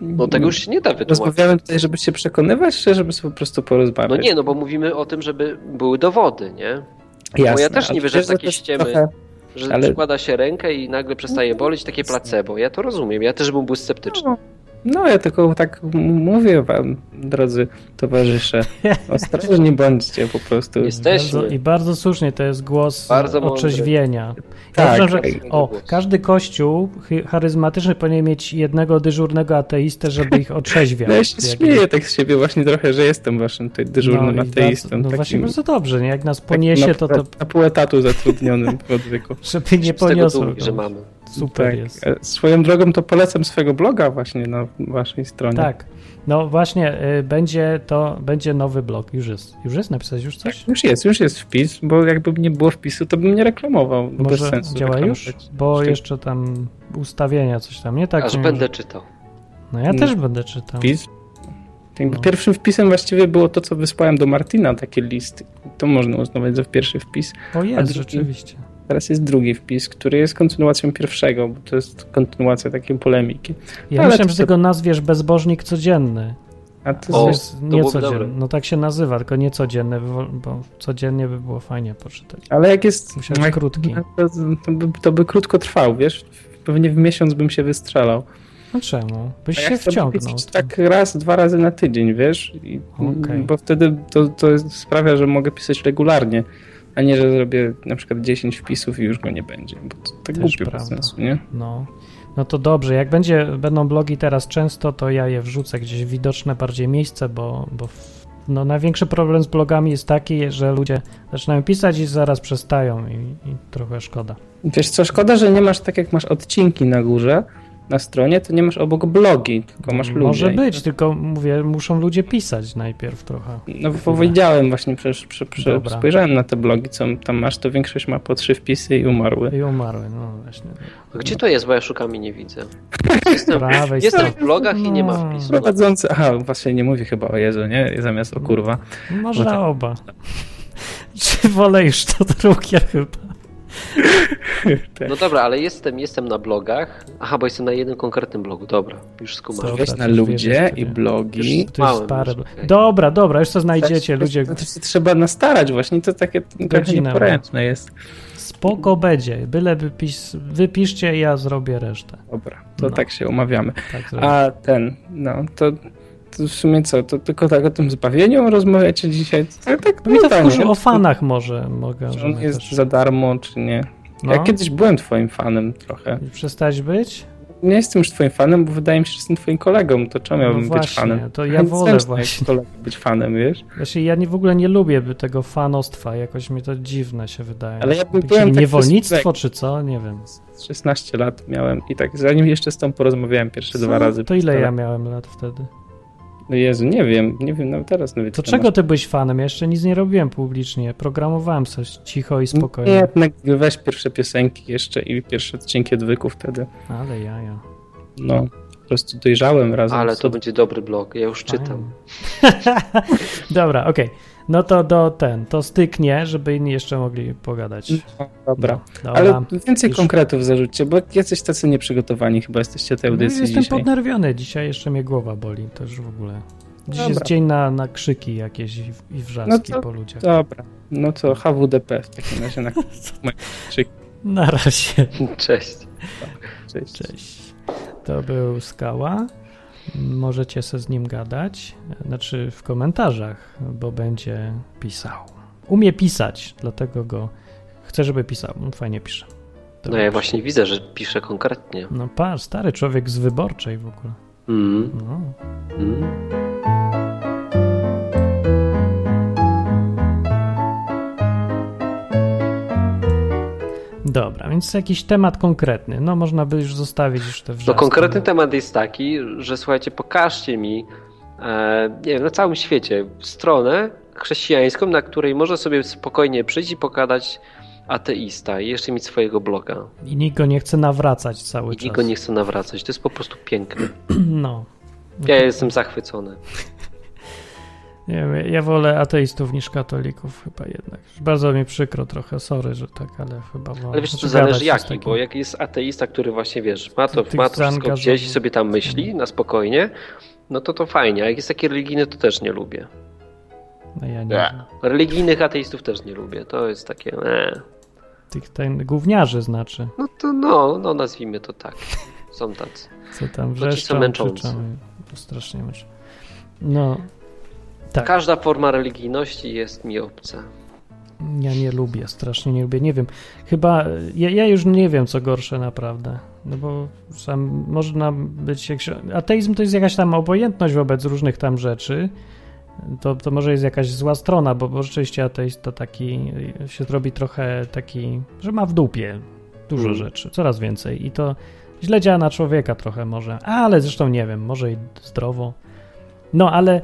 Speaker 2: No tego już się nie
Speaker 1: Mhm.
Speaker 2: da wytłumaczyć.
Speaker 4: Rozmawiamy tutaj, żeby się przekonywać, czy żeby sobie po prostu porozmawiać?
Speaker 2: No nie, no bo mówimy o tym, żeby były dowody, nie? bo ja też nie wierzę
Speaker 4: ale
Speaker 2: w
Speaker 4: wiesz, że
Speaker 2: takie
Speaker 4: to jest
Speaker 2: ściemy.
Speaker 4: trochę-
Speaker 2: Że
Speaker 4: Ale-
Speaker 2: przykłada się rękę i nagle
Speaker 1: No,
Speaker 2: przestaje boleć, takie placebo. Ja to rozumiem, ja też bym był sceptyczny.
Speaker 4: No, no, ja tylko tak m- mówię wam, drodzy towarzysze. Ostrożni bądźcie po prostu.
Speaker 2: Jesteśmy.
Speaker 1: Bardzo, I bardzo słusznie, to jest głos
Speaker 2: Bardzo
Speaker 1: Bardzo
Speaker 2: mądry.
Speaker 1: otrzeźwienia.
Speaker 4: Tak.
Speaker 1: Dobrze, że,
Speaker 2: Mądry
Speaker 1: o,
Speaker 2: głos.
Speaker 1: każdy kościół chy- charyzmatyczny powinien mieć jednego dyżurnego ateistę, żeby ich otrzeźwiał.
Speaker 4: No ja się
Speaker 1: Jak-
Speaker 4: śmieję tak z siebie właśnie trochę, że jestem waszym tutaj dyżurnym
Speaker 1: no, i
Speaker 4: ateistą.
Speaker 1: bardzo- No
Speaker 4: takim,
Speaker 1: właśnie bardzo dobrze, nie? jak
Speaker 2: Tak,
Speaker 1: nas
Speaker 4: takim
Speaker 1: poniesie,
Speaker 4: na,
Speaker 1: to, to
Speaker 4: Na pół etatu zatrudnionym w odwyku.
Speaker 1: żeby nie
Speaker 2: no Z tego
Speaker 1: poniosło.
Speaker 2: dumni, że
Speaker 1: go.
Speaker 2: mamy.
Speaker 1: Super
Speaker 4: tak.
Speaker 1: jest.
Speaker 4: E, Swoją drogą to polecam swojego bloga właśnie na waszej stronie.
Speaker 1: Tak. No właśnie, y, będzie to, będzie nowy blog. Już jest. Już jest? Napisałeś już coś?
Speaker 4: Już jest, już jest wpis, bo jakby nie było wpisu, to bym nie reklamował. bo bez
Speaker 1: Może
Speaker 4: sensu
Speaker 1: działa już?
Speaker 4: reklamować.
Speaker 1: Bo
Speaker 4: Szczeg-
Speaker 1: jeszcze tam ustawienia, coś tam, nie? Tak,
Speaker 2: Aż
Speaker 1: nie
Speaker 2: będę czytał.
Speaker 1: No ja
Speaker 4: Mm.
Speaker 1: też będę czytał.
Speaker 4: wpis. Jakby
Speaker 1: No.
Speaker 4: Pierwszym wpisem właściwie było to, co wysłałem do Martina, takie listy. To można uznawać za pierwszy wpis.
Speaker 1: O
Speaker 4: A
Speaker 1: jest,
Speaker 4: drugi?
Speaker 1: rzeczywiście.
Speaker 4: Teraz jest drugi wpis, który jest kontynuacją pierwszego, bo to jest kontynuacja takiej polemiki.
Speaker 1: Ja
Speaker 4: Ale
Speaker 1: myślałem,
Speaker 4: to-
Speaker 1: że tego nazwiesz bezbożnik codzienny.
Speaker 4: A to
Speaker 1: To
Speaker 2: O,
Speaker 4: jest,
Speaker 1: jest
Speaker 2: byłoby
Speaker 1: niecodzienny.
Speaker 2: dobre.
Speaker 1: No tak się nazywa, tylko niecodzienny, bo- bo codziennie by było fajnie poczytać.
Speaker 4: ale jak jest.
Speaker 1: Musiał być
Speaker 4: jak,
Speaker 1: krótki.
Speaker 4: To, to, by, to by krótko trwał, wiesz? Pewnie w miesiąc bym się wystrzelał.
Speaker 1: No czemu? Byś
Speaker 4: A ja
Speaker 1: się
Speaker 4: chcę
Speaker 1: wciągnął.
Speaker 4: pisać
Speaker 1: to-
Speaker 4: Tak raz, dwa razy na tydzień, wiesz? I,
Speaker 1: Okej.
Speaker 4: Bo wtedy to, to jest- sprawia, że mogę pisać regularnie, a nie, że zrobię na przykład 10 wpisów i już go nie będzie. Bo to tak
Speaker 1: Też
Speaker 4: głupio
Speaker 1: prawda.
Speaker 4: bez sensu, nie?
Speaker 1: No. No to dobrze, jak będzie, będą blogi teraz często, to ja je wrzucę gdzieś w widoczne bardziej miejsce, bo, bo w, no największy problem z blogami jest taki, że ludzie zaczynają pisać i zaraz przestają i, i trochę szkoda.
Speaker 4: Wiesz co, szkoda, że nie masz tak jak masz odcinki na górze, na stronie, to nie masz obok blogi, tylko masz ludzi.
Speaker 1: Może być, tylko mówię, muszą ludzie pisać najpierw trochę.
Speaker 4: No bo powiedziałem właśnie, przecież prze, prze,
Speaker 1: Dobra.
Speaker 4: spojrzałem na te blogi, co tam masz, to większość ma po trzy wpisy i umarły.
Speaker 1: I umarły, no właśnie.
Speaker 2: A Gdzie to jest, bo ja szukam i nie widzę. Jestem,
Speaker 1: Prawej
Speaker 2: jestem
Speaker 1: stronie.
Speaker 2: w blogach i nie ma
Speaker 1: No.
Speaker 2: wpisu.
Speaker 4: Prowadzący, aha, właśnie nie mówi chyba o Jezu, nie? Zamiast o kurwa.
Speaker 1: Można
Speaker 4: No tak.
Speaker 1: oba. Czy wolę już to drugie chyba?
Speaker 2: No dobra, ale jestem, jestem na blogach. Aha, bo jestem na jednym konkretnym blogu, dobra. Już skumam.
Speaker 1: Dobra,
Speaker 4: Weź na
Speaker 1: to już
Speaker 4: ludzie
Speaker 1: wiedzieć,
Speaker 4: i
Speaker 1: to
Speaker 4: blogi.
Speaker 1: To jest
Speaker 2: Małem
Speaker 1: parę.
Speaker 2: już, okej.
Speaker 1: Dobra, dobra, już to znajdziecie,
Speaker 4: To się-
Speaker 1: ludzie.
Speaker 4: To się trzeba nastarać właśnie, to takie trochę
Speaker 1: Godzina,
Speaker 4: nieporęczne jest.
Speaker 1: Spoko będzie, byle wypis, wypiszcie, ja zrobię resztę.
Speaker 4: Dobra, to
Speaker 1: No.
Speaker 4: tak się umawiamy.
Speaker 1: Tak zrobię.
Speaker 4: A ten, no to, to w sumie co, to tylko tak o tym zbawieniu rozmawiacie dzisiaj? Tak, tak,
Speaker 1: No i to
Speaker 4: pytanie,
Speaker 1: wkurz,
Speaker 4: nie?
Speaker 1: o fanach może mogę.
Speaker 4: Czy
Speaker 1: żeby
Speaker 4: on jest
Speaker 1: też-
Speaker 4: za darmo, czy nie?
Speaker 1: no.
Speaker 4: Ja kiedyś byłem twoim fanem trochę.
Speaker 1: Przestać być?
Speaker 4: Nie jestem już twoim fanem, bo wydaje mi się, że jestem twoim kolegą, to czemu miałbym
Speaker 1: No
Speaker 4: być
Speaker 1: właśnie,
Speaker 4: fanem?
Speaker 1: to ja wolę
Speaker 4: Zemsta
Speaker 1: właśnie.
Speaker 4: Kolega być fanem, wiesz?
Speaker 1: Znaczy, ja nie, w ogóle nie lubię by tego fanostwa, jakoś mi to dziwne się wydaje.
Speaker 4: Ale ja bym
Speaker 1: Jakieś
Speaker 4: byłem tak
Speaker 1: Niewolnictwo
Speaker 4: przez-
Speaker 1: czy co? Nie wiem.
Speaker 4: Z 16 lat miałem i tak, zanim jeszcze z tą porozmawiałem pierwsze
Speaker 1: Co?
Speaker 4: dwa razy.
Speaker 1: To ile
Speaker 4: przez
Speaker 1: ja
Speaker 4: tele-
Speaker 1: miałem lat wtedy?
Speaker 4: No Jezu, nie wiem, nie wiem nawet teraz. Nawet
Speaker 1: To
Speaker 4: ile
Speaker 1: czego
Speaker 4: masz.
Speaker 1: ty byłeś fanem? Ja jeszcze nic nie robiłem publicznie. Programowałem coś cicho i
Speaker 4: Nie,
Speaker 1: spokojnie.
Speaker 4: jednak weź pierwsze piosenki jeszcze i pierwsze odcinki odwyku wtedy.
Speaker 1: Ale jaja.
Speaker 4: No, po prostu dojrzałem razem.
Speaker 2: Ale
Speaker 4: z
Speaker 2: to będzie dobry blog, ja już
Speaker 1: Fajnie.
Speaker 2: czytam.
Speaker 1: Dobra, okej. No to do ten, to styknie, żeby inni jeszcze mogli pogadać.
Speaker 4: No, Dobra.
Speaker 1: Dobra. No,
Speaker 4: Ale więcej
Speaker 1: Już-
Speaker 4: konkretów zarzućcie, bo jesteś tacy nieprzygotowani, chyba jesteście tej
Speaker 1: No,
Speaker 4: audycji
Speaker 1: jestem
Speaker 4: dzisiaj.
Speaker 1: podnerwiony dzisiaj, jeszcze mnie głowa boli też w ogóle. Dziś
Speaker 4: Dobra.
Speaker 1: jest dzień na, na krzyki jakieś i, i wrzaski
Speaker 4: No to-
Speaker 1: po ludziach.
Speaker 4: Dobra, no to HWDP w takim razie na
Speaker 1: Na razie.
Speaker 2: Cześć.
Speaker 4: cześć.
Speaker 1: Cześć. To był Skała. Możecie se z nim gadać, znaczy w komentarzach, bo będzie pisał. Umie pisać, dlatego go chcę, żeby pisał. On Fajnie pisze. To
Speaker 2: No ja
Speaker 1: dobrze.
Speaker 2: właśnie widzę, że piszę konkretnie.
Speaker 1: No patrz, stary człowiek z wyborczej w ogóle.
Speaker 2: Mm,
Speaker 1: No.
Speaker 2: mm.
Speaker 1: Dobra, więc jakiś temat konkretny. No można by już zostawić już te
Speaker 2: No
Speaker 1: wrzaski.
Speaker 2: konkretny temat jest taki, że słuchajcie, pokażcie mi e, nie wiem, na całym świecie stronę chrześcijańską, na której można sobie spokojnie przyjść i pokadać ateista i jeszcze mieć swojego bloga.
Speaker 1: I nikt go nie chce nawracać cały
Speaker 2: I
Speaker 1: czas.
Speaker 2: go nie chcę nawracać. To jest po prostu piękne.
Speaker 1: No.
Speaker 2: Ja jestem zachwycony.
Speaker 1: Nie wiem, ja wolę ateistów niż katolików chyba jednak. Bardzo mi przykro trochę, sorry, że tak, ale chyba wolę.
Speaker 2: Ale wiesz, to
Speaker 1: Znaczy,
Speaker 2: zależy
Speaker 1: gadać się z
Speaker 2: jaki,
Speaker 1: takim-
Speaker 2: bo jak jest ateista, który właśnie, wiesz, ma to,
Speaker 1: Tych
Speaker 2: ma to wszystko gdzieś i
Speaker 1: zaangażowanych.
Speaker 2: sobie tam myśli na spokojnie, no to to fajnie. A jak jest taki religijny, to też nie lubię.
Speaker 1: No ja nie
Speaker 3: Nie.
Speaker 1: wiem.
Speaker 2: Religijnych ateistów też nie lubię. To jest takie... E.
Speaker 1: Tych ten, gówniarzy znaczy,
Speaker 2: No to no, no nazwijmy to tak. Są tacy.
Speaker 1: co tam
Speaker 2: To No ci są
Speaker 1: wrzeszczą,
Speaker 2: męczący.
Speaker 1: krzyczą. i- To strasznie męczą. No, Tak.
Speaker 2: Każda forma religijności jest mi obca.
Speaker 1: ja nie lubię, strasznie nie lubię, nie wiem. Chyba, ja, ja już nie wiem, co gorsze naprawdę. No bo sam można być, jak się, ateizm to jest jakaś tam obojętność wobec różnych tam rzeczy, to, to może jest jakaś zła strona, bo, bo rzeczywiście ateista taki y, się zrobi trochę taki, że ma w dupie dużo
Speaker 2: Mm.
Speaker 1: rzeczy, coraz więcej i to źle działa na człowieka trochę może, ale zresztą nie wiem, może i zdrowo. No ale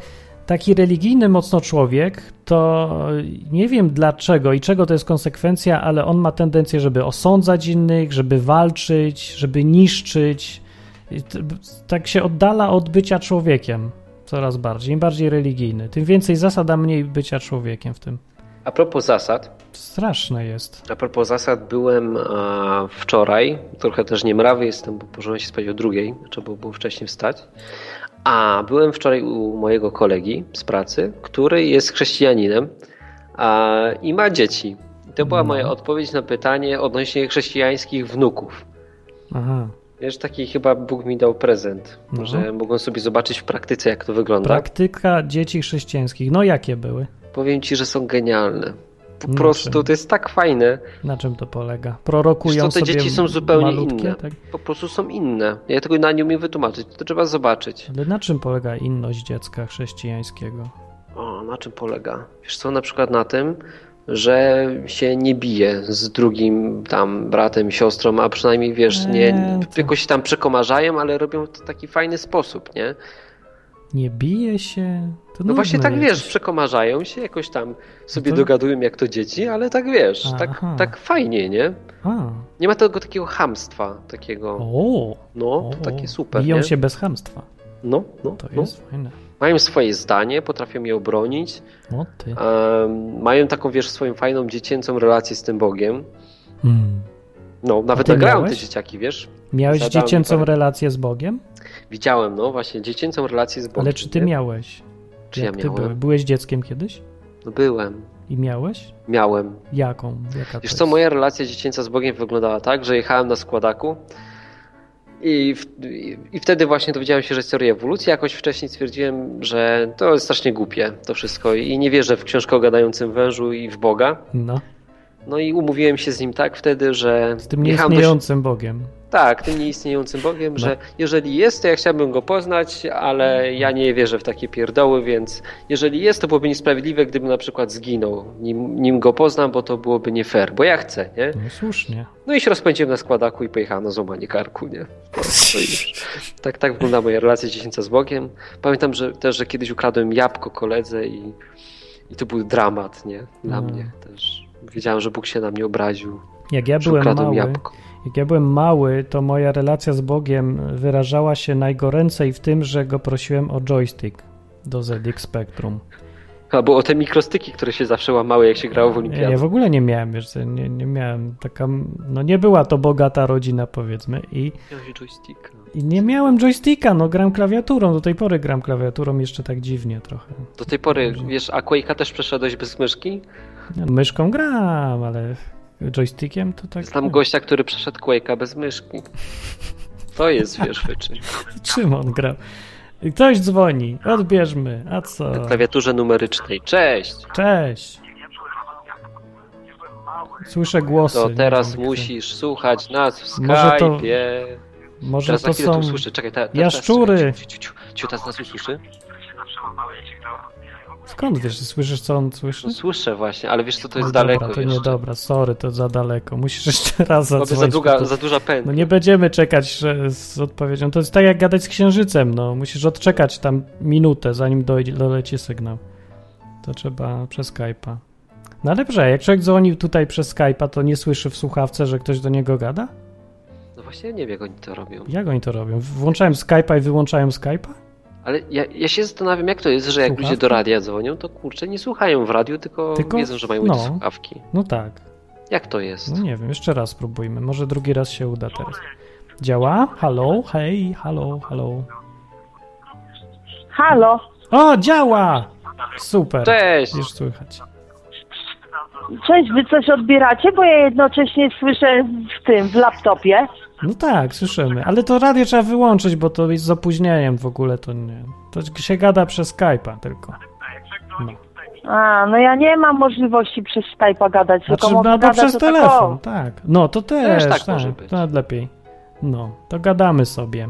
Speaker 1: taki religijny mocno człowiek to y, nie wiem dlaczego i czego to jest konsekwencja, ale on ma tendencję, żeby osądzać innych, żeby walczyć, żeby niszczyć. I t- b- Tak się oddala od bycia człowiekiem coraz bardziej. Im bardziej religijny, tym więcej zasad, a mniej bycia człowiekiem w tym.
Speaker 2: A propos zasad,
Speaker 1: Straszne jest.
Speaker 2: a propos zasad byłem e, wczoraj, trochę też nie mrawy jestem, bo położyłem się spać o drugiej, trzeba było, było wcześniej wstać. A byłem wczoraj u mojego kolegi z pracy, który jest chrześcijaninem a, i ma dzieci. I to była
Speaker 1: No.
Speaker 2: moja odpowiedź na pytanie odnośnie chrześcijańskich wnuków.
Speaker 1: Aha,
Speaker 2: Wiesz, taki chyba Bóg mi dał prezent,
Speaker 1: No.
Speaker 2: że mogą sobie zobaczyć w praktyce, jak to wygląda.
Speaker 1: praktyka dzieci chrześcijańskich. No jakie były?
Speaker 2: Powiem ci, że są genialne. Po
Speaker 1: No,
Speaker 2: prostu
Speaker 1: czym?
Speaker 2: to jest tak fajne.
Speaker 1: Na czym to polega?
Speaker 2: Wiesz
Speaker 1: Prorokują
Speaker 2: co, te
Speaker 1: sobie
Speaker 2: dzieci są zupełnie
Speaker 1: malutkie,
Speaker 2: inne.
Speaker 1: Tak?
Speaker 2: Po prostu są inne. Ja tego na nie umiem wytłumaczyć. To trzeba zobaczyć.
Speaker 1: Ale na czym polega inność dziecka chrześcijańskiego?
Speaker 2: O, na czym polega? Wiesz co, na przykład na tym, że się nie bije z drugim tam bratem, siostrą, a przynajmniej wiesz, nie,
Speaker 1: Eee, to-
Speaker 2: tylko się tam przekomarzają, ale robią to w taki fajny sposób, nie?
Speaker 1: Nie bije się. To
Speaker 2: No właśnie
Speaker 1: nudne
Speaker 2: tak
Speaker 1: jest. No
Speaker 2: wiesz, przekomarzają się, jakoś tam sobie
Speaker 1: to-
Speaker 2: dogadują jak to dzieci, ale tak wiesz, tak,
Speaker 1: Aha.
Speaker 2: tak fajnie, nie?
Speaker 1: A,
Speaker 2: Nie ma tego takiego hamstwa, takiego,
Speaker 1: o,
Speaker 2: no,
Speaker 1: o,
Speaker 2: to takie super,
Speaker 1: Biją
Speaker 2: nie?
Speaker 1: się bez chamstwa.
Speaker 2: No, no,
Speaker 1: To
Speaker 2: no.
Speaker 1: jest fajne.
Speaker 2: Mają swoje zdanie, potrafią je obronić,
Speaker 1: O ty.
Speaker 2: em, mają taką, wiesz, swoją fajną dziecięcą relację z tym Bogiem.
Speaker 1: Mm.
Speaker 2: No, nawet
Speaker 1: ty
Speaker 2: nagrają te
Speaker 1: miałeś?
Speaker 2: dzieciaki, wiesz?
Speaker 1: Miałeś
Speaker 2: Zadałem
Speaker 1: dziecięcą
Speaker 2: parę-
Speaker 1: relację z Bogiem?
Speaker 2: Widziałem, no właśnie, dziecięcą relację z Bogiem.
Speaker 1: Ale czy ty
Speaker 2: nie?
Speaker 1: miałeś?
Speaker 2: Czy
Speaker 1: Jak
Speaker 2: ja
Speaker 1: ty
Speaker 2: miałem?
Speaker 1: byłeś? byłeś dzieckiem kiedyś?
Speaker 2: No, byłem,
Speaker 1: I miałeś?
Speaker 2: miałem.
Speaker 1: Jaką? Jaka No to
Speaker 2: Wiesz co,
Speaker 1: jest?
Speaker 2: moja relacja dziecięca z Bogiem wyglądała tak, że jechałem na składaku i, w, i, i wtedy właśnie dowiedziałem się, że jest teoria ewolucji. Jakoś wcześniej stwierdziłem, że to jest strasznie głupie to wszystko i nie wierzę w książkę o gadającym wężu i w Boga.
Speaker 1: No,
Speaker 2: No i umówiłem się z nim tak wtedy, że
Speaker 1: z tym
Speaker 2: jechałem do
Speaker 1: nieistniejącym No. Bogiem.
Speaker 2: Tak, tym nieistniejącym Bogiem, że jeżeli jest, to ja chciałbym go poznać, ale ja nie wierzę w takie pierdoły, więc jeżeli jest, to byłoby niesprawiedliwe, gdyby na przykład zginął, nim, nim go poznam, bo to byłoby nie fair, bo ja chcę, nie?
Speaker 1: No słusznie.
Speaker 2: No i się rozpędziłem na składaku i pojechałem na złamanie karku, nie? No, to już. Tak, tak wygląda moja relacja dziecięca z Bogiem. Pamiętam że, też, że kiedyś ukradłem jabłko koledze i, i to był dramat, nie? Dla
Speaker 1: Mm.
Speaker 2: mnie też. Wiedziałem, że Bóg się na mnie obraził,
Speaker 1: Jak ja
Speaker 2: że
Speaker 1: byłem
Speaker 2: ukradłem
Speaker 1: mały,
Speaker 2: jabłko.
Speaker 1: jak ja byłem mały, to moja relacja z Bogiem wyrażała się najgoręcej w tym, że go prosiłem o joystick do ZX Spectrum.
Speaker 2: Albo o te mikrostyki, które się zawsze łamały, jak się grało w
Speaker 1: Ja, ja
Speaker 2: olimpiadę.
Speaker 1: w ogóle nie miałem jeszcze, nie, nie miałem taka, no nie była to bogata rodzina powiedzmy i, i nie miałem joysticka, no gram klawiaturą, do tej pory gram klawiaturą jeszcze tak dziwnie trochę.
Speaker 2: Do tej pory, wiesz, a Quake'a też przeszedłeś bez myszki?
Speaker 1: No, Myszką gram, ale joystickiem to tak...
Speaker 2: Znam gościa, który przeszedł Quake'a bez myszki. To jest, wiesz, wyczyn.
Speaker 1: Czym on grał? Ktoś dzwoni, odbierzmy, a co?
Speaker 2: Na klawiaturze numerycznej. Cześć!
Speaker 1: Cześć! Słyszę głosy.
Speaker 2: To
Speaker 1: nie
Speaker 2: teraz
Speaker 1: wiem, kto-
Speaker 2: musisz słuchać nas w
Speaker 1: Może to-
Speaker 2: Skype'ie.
Speaker 1: Może
Speaker 2: Teraz na
Speaker 1: to
Speaker 2: chwilę to
Speaker 1: są...
Speaker 2: usłyszę. Czekaj, ta, ta,
Speaker 1: jaszczury.
Speaker 2: teraz- ciu, ciu, ciu, ciu. Ciu, teraz nas usłyszy?
Speaker 1: Skąd wiesz, słyszysz co on słyszy?
Speaker 2: No, Słyszę właśnie, ale wiesz co, to
Speaker 1: No
Speaker 2: jest daleko
Speaker 1: Dobra, to
Speaker 2: jeszcze.
Speaker 1: nie dobra, sorry, to za daleko. Musisz jeszcze raz
Speaker 2: To
Speaker 1: zadzwonić.
Speaker 2: jest za,
Speaker 1: bo
Speaker 2: długa,
Speaker 1: to-
Speaker 2: za duża
Speaker 1: No
Speaker 2: pętla.
Speaker 1: nie będziemy czekać że z odpowiedzią. To jest tak jak gadać z księżycem, no. Musisz odczekać tam minutę, zanim dojdzie, doleci sygnał. To trzeba przez Skype'a. No ale dobrze, jak człowiek dzwonił tutaj przez Skype'a, to nie słyszy w słuchawce, że ktoś do niego gada?
Speaker 2: No właśnie, ja nie wiem, jak oni to robią.
Speaker 1: Jak oni to robią? Włączałem Skype'a i wyłączałem Skype'a?
Speaker 2: Ale ja, ja się zastanawiam, jak to jest, że jak
Speaker 1: Słuchawki?
Speaker 2: ludzie do radia dzwonią, to kurczę, nie słuchają w radiu, tylko,
Speaker 1: Tylko-
Speaker 2: wiedzą, że mają
Speaker 1: no.
Speaker 2: mieć słuchawki.
Speaker 1: No tak.
Speaker 2: Jak to jest?
Speaker 1: No nie wiem, jeszcze raz spróbujmy. Może drugi raz się uda teraz. Działa? Halo? Hej, halo, halo.
Speaker 5: Halo,
Speaker 1: O, działa! Super.
Speaker 2: Cześć!
Speaker 1: Już słychać.
Speaker 5: cześć, wy coś odbieracie, bo ja jednocześnie słyszę w tym, w laptopie.
Speaker 1: No tak, słyszymy. Ale to radio trzeba wyłączyć, bo to jest z opóźnieniem w ogóle, to nie. To się gada przez Skype'a tylko.
Speaker 5: A, no ja nie mam możliwości przez Skype'a gadać, tylko
Speaker 1: Znaczy,
Speaker 5: mogę
Speaker 1: no to
Speaker 5: gadać
Speaker 1: przez
Speaker 5: o tak,
Speaker 1: telefon,
Speaker 5: o.
Speaker 1: tak. No to też,
Speaker 2: Też tak
Speaker 1: tak,
Speaker 2: może być.
Speaker 1: to nawet lepiej. No, to gadamy sobie.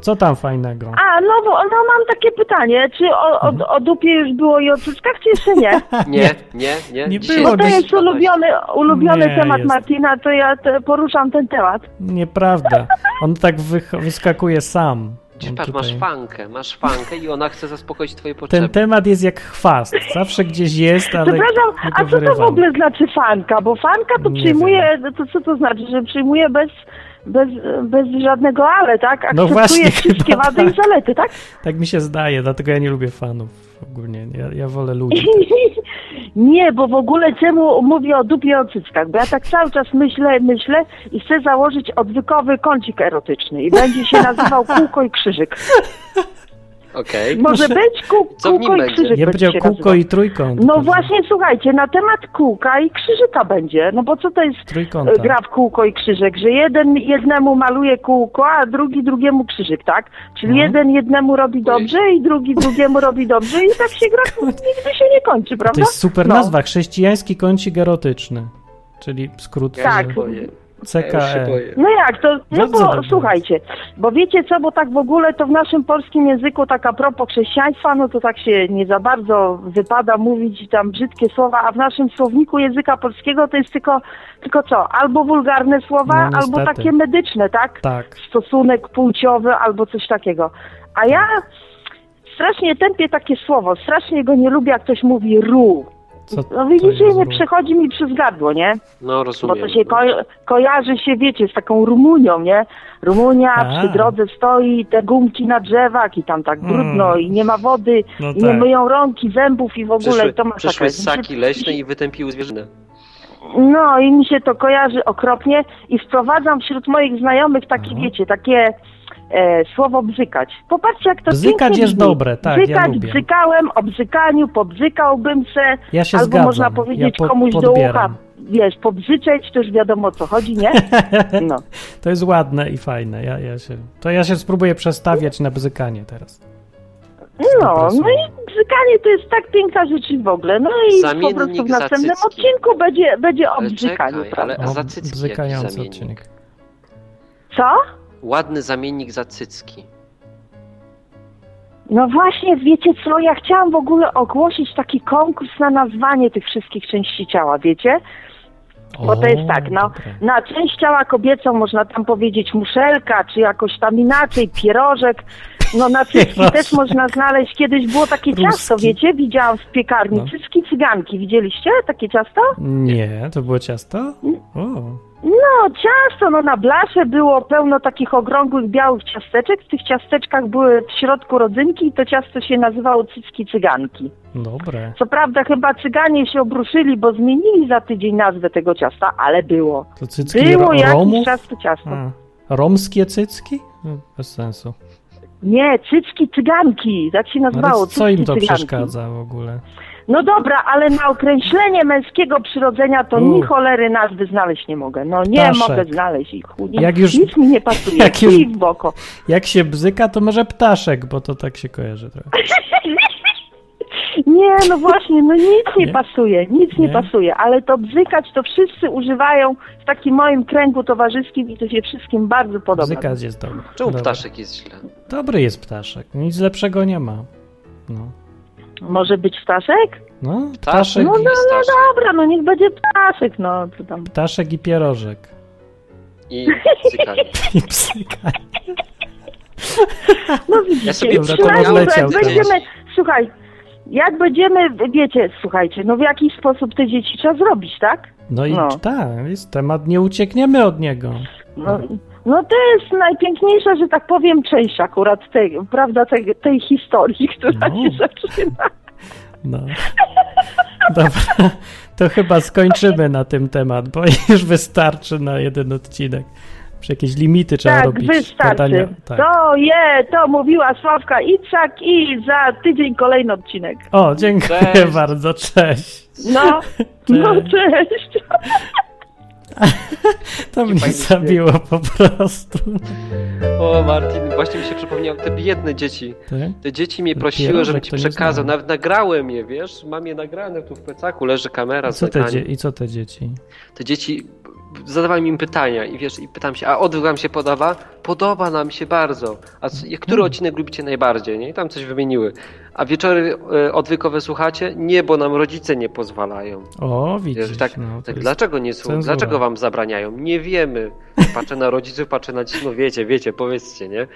Speaker 1: Co tam fajnego?
Speaker 5: A, no bo no, mam takie pytanie, czy o, o,
Speaker 1: Mhm.
Speaker 5: o dupie już było i o cyckach, czy jeszcze nie?
Speaker 2: Nie, nie, nie.
Speaker 1: No, Nie
Speaker 2: Dzisiaj
Speaker 1: było
Speaker 5: Bo to
Speaker 1: dziś.
Speaker 5: jest ulubiony, ulubiony
Speaker 1: Nie,
Speaker 5: temat
Speaker 1: jest.
Speaker 5: Martina, to ja te, poruszam ten temat.
Speaker 1: Nieprawda. On tak wych- wyskakuje sam.
Speaker 2: Dziś
Speaker 1: On
Speaker 2: patrz,
Speaker 1: No tutaj-
Speaker 2: masz fankę, masz fankę i ona chce zaspokoić twoje potrzeby.
Speaker 1: Ten temat jest jak chwast. Zawsze gdzieś jest, ale.
Speaker 5: Przepraszam,
Speaker 1: my go
Speaker 5: a co to w
Speaker 1: wyrywamy.
Speaker 5: ogóle znaczy fanka? Bo fanka to
Speaker 1: Nie
Speaker 5: przyjmuje, to co to znaczy, że przyjmuje bez, bez, bez żadnego ale, tak? Akceptuje
Speaker 1: No właśnie,
Speaker 5: wszystkie
Speaker 1: chyba
Speaker 5: wady i
Speaker 1: tak.
Speaker 5: zalety, tak?
Speaker 1: Tak mi się zdaje, dlatego ja nie lubię fanów ogólnie. Ja, ja wolę ludzi.
Speaker 5: Nie, bo w ogóle czemu mówię o dupie i o cyckach? Bo ja tak cały czas myślę, myślę i chcę założyć odwykowy kącik erotyczny i będzie się nazywał kółko i krzyżyk.
Speaker 2: Okej.
Speaker 5: Może być kół,
Speaker 2: Co w nim
Speaker 5: kółko i
Speaker 2: będzie?
Speaker 5: krzyżyk.
Speaker 1: Ja bym
Speaker 5: będzie
Speaker 1: powiedział
Speaker 5: się
Speaker 1: kółko
Speaker 5: nazywał.
Speaker 1: i trójkąt.
Speaker 5: No
Speaker 1: Pewnie.
Speaker 5: właśnie, słuchajcie, na temat kółka i krzyżyka będzie. No bo co to jest
Speaker 1: Trójkąta.
Speaker 5: e, gra w kółko i krzyżyk? Że jeden jednemu maluje kółko, a drugi drugiemu krzyżyk, tak? Czyli
Speaker 1: No.
Speaker 5: jeden jednemu robi dobrze i drugi drugiemu robi dobrze i tak się gra, nigdy się nie kończy,
Speaker 1: To
Speaker 5: prawda?
Speaker 1: jest super
Speaker 5: No.
Speaker 1: nazwa. Chrześcijański kącik erotyczny. Czyli skrót.
Speaker 5: Tak.
Speaker 2: Boję.
Speaker 4: Ja już się
Speaker 1: CKE.
Speaker 4: boję.
Speaker 5: No jak, to, no
Speaker 1: Bardzo
Speaker 5: bo
Speaker 1: dobrze.
Speaker 5: słuchajcie, bo wiecie co, bo tak w ogóle to w naszym polskim języku tak a propos chrześcijaństwa, no to tak się nie za bardzo wypada mówić tam brzydkie słowa, a w naszym słowniku języka polskiego to jest tylko, tylko co, albo wulgarne słowa,
Speaker 1: No,
Speaker 5: albo
Speaker 1: niestety.
Speaker 5: takie medyczne, tak?
Speaker 1: Tak.
Speaker 5: Stosunek płciowy albo coś takiego. A ja strasznie tępię takie słowo, strasznie go nie lubię, jak ktoś mówi ru.
Speaker 1: Co
Speaker 5: No
Speaker 1: to
Speaker 5: widzicie,
Speaker 1: jest
Speaker 5: nie
Speaker 1: ru?
Speaker 5: przechodzi mi przez gardło, nie?
Speaker 2: No
Speaker 5: Bo
Speaker 2: rozumiem.
Speaker 5: to się ko- kojarzy się, wiecie, z taką Rumunią, nie? Rumunia
Speaker 1: A.
Speaker 5: przy drodze stoi, te gumki na drzewach i tam tak
Speaker 1: Mm.
Speaker 5: brudno i nie ma wody,
Speaker 1: No
Speaker 5: i nie
Speaker 1: tak.
Speaker 5: myją rąki, zębów i w ogóle
Speaker 2: Przyszły,
Speaker 5: i to ma
Speaker 2: przyszły ssaki leśne i wytępiły zwierzynę.
Speaker 5: No i mi się to kojarzy okropnie i wprowadzam wśród moich znajomych takie,
Speaker 1: Mhm.
Speaker 5: wiecie, takie e, słowo bzykać. Popatrzcie, jak to
Speaker 1: Bzykać
Speaker 5: pięknie
Speaker 1: jest
Speaker 5: brzmi.
Speaker 1: dobre, tak, ja
Speaker 5: Bzykać,
Speaker 1: lubię.
Speaker 5: bzykałem, o bzykaniu, pobzykałbym se,
Speaker 1: Ja się
Speaker 5: albo
Speaker 1: zgadzam.
Speaker 5: można powiedzieć
Speaker 1: ja po,
Speaker 5: komuś do ucha,
Speaker 1: podbieram.
Speaker 5: wiesz, pobzyczeć, to już wiadomo o co chodzi, nie? No.
Speaker 1: To jest ładne i fajne. Ja, ja się, to ja się spróbuję przestawiać na bzykanie teraz.
Speaker 5: No,
Speaker 1: Dobre
Speaker 5: no i bzykanie to jest tak piękna rzecz w ogóle. No i
Speaker 2: Zamiennik
Speaker 5: po prostu w następnym
Speaker 2: zacycki.
Speaker 5: odcinku będzie, będzie o
Speaker 2: Ale
Speaker 5: bzykaniu,
Speaker 2: czekaj,
Speaker 5: prawda?
Speaker 2: ale- A za cycki jaki
Speaker 1: bzykający
Speaker 2: zamiennik?
Speaker 1: odcinek.
Speaker 5: Co?
Speaker 2: Ładny zamiennik za cycki.
Speaker 5: No właśnie, wiecie co, ja chciałam w ogóle ogłosić taki konkurs na nazwanie tych wszystkich części ciała, wiecie? Bo to jest tak, no.
Speaker 1: dobre.
Speaker 5: Na część ciała kobiecą można tam powiedzieć muszelka, czy jakoś tam inaczej, pierożek. No na cycki
Speaker 1: Pierożek.
Speaker 5: też można znaleźć, kiedyś było takie
Speaker 1: Ruski.
Speaker 5: ciasto, wiecie? Widziałam w piekarni,
Speaker 1: No.
Speaker 5: cycki cyganki, widzieliście takie ciasto?
Speaker 1: Nie, to było ciasto? O,
Speaker 5: No, ciasto, no na blasze było pełno takich okrągłych, białych ciasteczek. W tych ciasteczkach były w środku rodzynki i to ciasto się nazywało cycki cyganki.
Speaker 1: dobre.
Speaker 5: Co prawda chyba cyganie się obruszyli, bo zmienili za tydzień nazwę tego ciasta, ale było.
Speaker 1: To cycki
Speaker 5: Było
Speaker 1: ro-
Speaker 5: jakiś
Speaker 1: Romów?
Speaker 5: czas to ciasto.
Speaker 1: A, romskie cycki? No, Bez sensu.
Speaker 5: Nie, cycki cyganki, tak się
Speaker 1: No,
Speaker 5: nazywało.
Speaker 1: ale co im
Speaker 5: cycki
Speaker 1: to
Speaker 5: cyganki.
Speaker 1: przeszkadza w ogóle?
Speaker 5: No dobra, ale na określenie męskiego przyrodzenia to
Speaker 1: U.
Speaker 5: ni cholery nazwy znaleźć nie mogę. No nie
Speaker 1: Ptaszek.
Speaker 5: mogę znaleźć ich. Chuj,
Speaker 1: Jak już-
Speaker 5: Nic mi nie pasuje,
Speaker 1: jak już-
Speaker 5: chuj w boko.
Speaker 1: Jak się bzyka, to może ptaszek, bo to tak się kojarzy trochę.
Speaker 5: Nie, no właśnie, no nic nie,
Speaker 1: Nie?
Speaker 5: pasuje, nic nie?
Speaker 1: Nie?
Speaker 5: pasuje, ale to bzykać to wszyscy używają w takim moim kręgu towarzyskim i to się wszystkim bardzo podoba.
Speaker 1: Bzykać jest dobry.
Speaker 2: Czemu
Speaker 1: Dobry.
Speaker 2: ptaszek jest źle?
Speaker 1: Dobry jest ptaszek. Nic lepszego nie ma. No,
Speaker 5: Może być ptaszek?
Speaker 1: no ptaszek,
Speaker 5: No,
Speaker 2: jest
Speaker 5: no, no
Speaker 2: starszy.
Speaker 5: dobra, no niech będzie ptaszek, no to tam.
Speaker 1: ptaszek i pierożek.
Speaker 2: I cykanie.
Speaker 1: I psyka.
Speaker 5: No widzicie,
Speaker 2: Ja sobie
Speaker 1: Dobra, to
Speaker 5: przynajmniej
Speaker 1: odleciał
Speaker 5: jak
Speaker 1: teraz.
Speaker 5: będziemy, słuchaj, jak będziemy, wiecie, słuchajcie, no w jakiś sposób te dzieci trzeba zrobić, tak?
Speaker 1: No i
Speaker 5: No.
Speaker 1: tak, jest temat, nie uciekniemy od niego.
Speaker 5: No,
Speaker 1: Mhm.
Speaker 5: no to jest najpiękniejsza, że tak powiem, część akurat tej, prawda, tej, tej historii, która
Speaker 1: No.
Speaker 5: się zaczyna.
Speaker 1: No. Dobra, to chyba skończymy na tym temat, bo już wystarczy na jeden odcinek. Przy jakieś limity trzeba
Speaker 5: tak,
Speaker 1: robić.
Speaker 5: wystarczy.
Speaker 1: Badania. Tak.
Speaker 5: To je, to mówiła Sławka Icak i za tydzień kolejny odcinek.
Speaker 1: O, dziękuję
Speaker 2: Cześć.
Speaker 1: bardzo, cześć.
Speaker 5: No, no
Speaker 1: Tak.
Speaker 5: cześć.
Speaker 1: To mnie
Speaker 2: fajny
Speaker 1: zabiło po prostu.
Speaker 2: O Martin, właśnie mi się przypomniał, te biedne dzieci.
Speaker 1: Ty?
Speaker 2: Te dzieci mnie
Speaker 1: Te
Speaker 2: prosiły,
Speaker 1: pierożek
Speaker 2: żebym ci
Speaker 1: to nie
Speaker 2: przekazał.
Speaker 1: znałem.
Speaker 2: Nawet nagrałem je, wiesz? Mam je nagrane tu w plecaku, leży kamera
Speaker 1: I
Speaker 2: z
Speaker 1: Co te dzie-
Speaker 2: nagraniem.
Speaker 1: I co te dzieci?
Speaker 2: Te dzieci zadawałem im pytania i wiesz, i pytam się, a odwyk wam się podoba? Podoba nam się bardzo. A c- który
Speaker 1: Mm.
Speaker 2: odcinek lubicie najbardziej? Nie? I tam coś wymieniły. A wieczory e, odwykowe słuchacie? Nie, bo nam rodzice nie pozwalają.
Speaker 1: O, widzisz.
Speaker 2: Wiesz, tak,
Speaker 1: no, to
Speaker 2: tak
Speaker 1: jest-
Speaker 2: dlaczego nie słuchają?
Speaker 1: cenzura.
Speaker 2: Dlaczego wam zabraniają? Nie wiemy. Patrzę na rodziców, patrzę na dzieci, no wiecie, wiecie, powiedzcie, nie?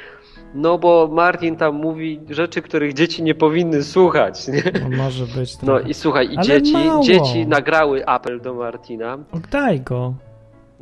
Speaker 2: No bo Martin tam mówi rzeczy, których dzieci nie powinny słuchać, nie?
Speaker 1: no, może być.
Speaker 2: No
Speaker 1: Trochę.
Speaker 2: i słuchaj, i
Speaker 1: Ale
Speaker 2: dzieci,
Speaker 1: mało.
Speaker 2: dzieci nagrały apel do Martina.
Speaker 1: No, Daj go.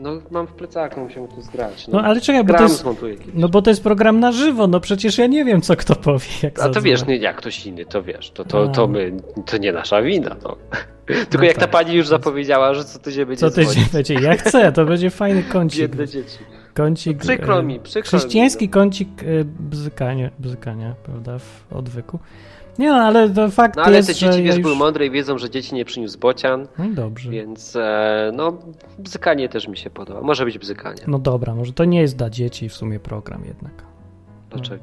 Speaker 2: No mam w plecaku, musiałem tu zgrać.
Speaker 1: No ale czekaj, bo
Speaker 2: Gram
Speaker 1: to jest,
Speaker 2: zmontuję kiedyś.
Speaker 1: no, bo to jest program na żywo. No przecież ja nie wiem, co kto powie. Jak
Speaker 2: A to
Speaker 1: zadzwoni.
Speaker 2: wiesz, nie, jak ktoś inny, to wiesz, to, to,
Speaker 1: A.
Speaker 2: to my, to nie nasza wina, no. Tylko
Speaker 1: No
Speaker 2: jak
Speaker 1: tak.
Speaker 2: ta pani już zapowiedziała, że co tydzień będzie
Speaker 1: Co ty
Speaker 2: dzwonić.
Speaker 1: będzie? Ja chcę, to będzie fajny kącik.
Speaker 2: Biedne dzieci.
Speaker 1: kącik
Speaker 2: No Przykro
Speaker 1: e,
Speaker 2: mi, przykro
Speaker 1: Chrześcijański
Speaker 2: mi.
Speaker 1: kącik e, bzykania, bzykania, prawda, w odwyku. Nie no, ale to fakt
Speaker 2: No ale
Speaker 1: jest,
Speaker 2: te
Speaker 1: że
Speaker 2: dzieci,
Speaker 1: ja
Speaker 2: wiesz,
Speaker 1: już...
Speaker 2: były mądre i wiedzą, że dzieci nie przyniósł bocian,
Speaker 1: No i dobrze.
Speaker 2: więc e, no, bzykanie też mi się podoba. Może być bzykanie.
Speaker 1: No dobra, może to nie jest dla dzieci w sumie program jednak.
Speaker 2: Dlaczego?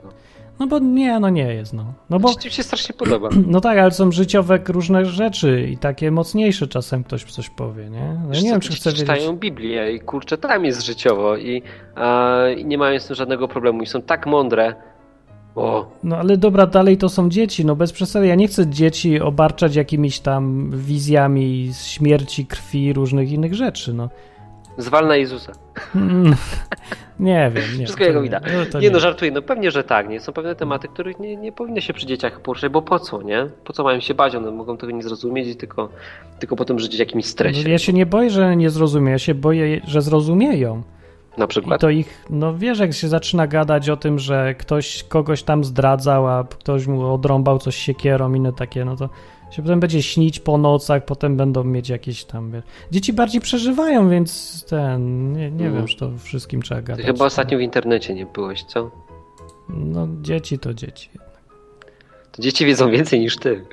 Speaker 1: No bo nie, no nie jest, no. No bo,
Speaker 2: Czy ci się strasznie podoba?
Speaker 1: no tak, ale są życiowe różne rzeczy i takie mocniejsze czasem ktoś coś powie, nie? No, ja
Speaker 2: Wiesz
Speaker 1: nie
Speaker 2: co,
Speaker 1: wiem,
Speaker 2: tu
Speaker 1: czy
Speaker 2: dzieci
Speaker 1: chcę wiedzieć.
Speaker 2: czytają Biblię i kurczę, tam jest życiowo i, a, i nie mają z tym żadnego problemu i są tak mądre. O,
Speaker 1: No ale dobra, dalej to są dzieci, no bez przesady. Ja nie chcę dzieci obarczać jakimiś tam wizjami z śmierci, krwi, różnych innych rzeczy, no.
Speaker 2: zwalna Jezusa.
Speaker 1: Mm, nie wiem, nie.
Speaker 2: Wszystko
Speaker 1: to
Speaker 2: jego
Speaker 1: nie,
Speaker 2: wina.
Speaker 1: no to
Speaker 2: nie, no, żartuję, no pewnie, że tak, nie? Są pewne tematy, których nie, nie powinno się przy dzieciach poruszać, bo po co, nie? Po co mają się bać? One mogą tego nie zrozumieć i tylko, tylko potem żyć w jakimś stresie.
Speaker 1: No, Ja się nie boję, że nie zrozumieją, ja się boję, że zrozumieją.
Speaker 2: Na
Speaker 1: I
Speaker 2: przykład.
Speaker 1: to ich, no wiesz, jak się zaczyna gadać o tym, że ktoś kogoś tam zdradzał, a ktoś mu odrąbał coś siekierą, inne takie, no to się potem będzie śnić po nocach, potem będą mieć jakieś tam, wiesz. Dzieci bardziej przeżywają, więc ten, nie, nie
Speaker 2: Mhm.
Speaker 1: wiem, czy to wszystkim trzeba
Speaker 2: Ty
Speaker 1: gadać.
Speaker 2: chyba ostatnio w internecie nie byłeś, co?
Speaker 1: No, dzieci to dzieci,
Speaker 2: To dzieci wiedzą więcej niż ty.
Speaker 1: Hmm?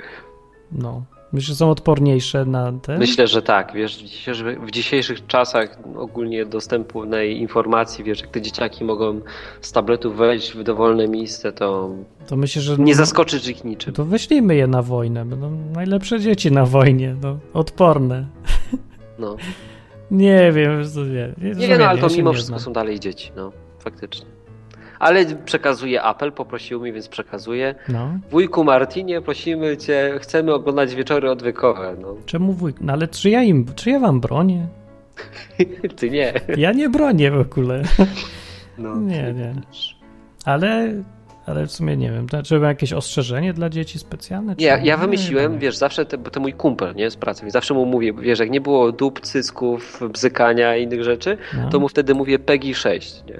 Speaker 1: no. Myślę, że są odporniejsze na te...
Speaker 2: Myślę, że tak, wiesz, w dzisiejszych, w dzisiejszych czasach ogólnie dostępnej informacji, wiesz, jak te dzieciaki mogą z tabletów wejść w dowolne miejsce, to
Speaker 1: To myślę, że...
Speaker 2: nie zaskoczysz ich niczym.
Speaker 1: Hmm? To wyślijmy je na wojnę, będą najlepsze dzieci na wojnie, no, odporne.
Speaker 2: No.
Speaker 1: Nie wiem, co nie.
Speaker 2: Nie wiem, no, ale to
Speaker 1: ja się
Speaker 2: mimo
Speaker 1: nie
Speaker 2: wszystko
Speaker 1: znam.
Speaker 2: są dalej dzieci, no, faktycznie. Ale przekazuję apel, poprosił mi, więc przekazuję.
Speaker 1: No.
Speaker 2: Wujku Martinie, prosimy cię, chcemy oglądać wieczory odwykowe. No,
Speaker 1: Czemu wujek? No ale czy ja im, czy ja wam bronię?
Speaker 2: ty nie.
Speaker 1: Ja nie bronię w ogóle.
Speaker 2: No,
Speaker 1: Nie,
Speaker 2: ty
Speaker 1: nie. Ale, ale w sumie nie wiem. Znaczy, mam jakieś ostrzeżenie dla dzieci specjalne? czy
Speaker 2: Nie, ja
Speaker 1: nie
Speaker 2: wymyśliłem,
Speaker 1: wiem.
Speaker 2: wiesz, zawsze, te, bo to mój kumpel, nie, z pracy, więc zawsze mu mówię, wiesz, jak nie było dup, cycków, bzykania i innych rzeczy,
Speaker 1: No.
Speaker 2: to mu wtedy mówię PEGI 6, nie?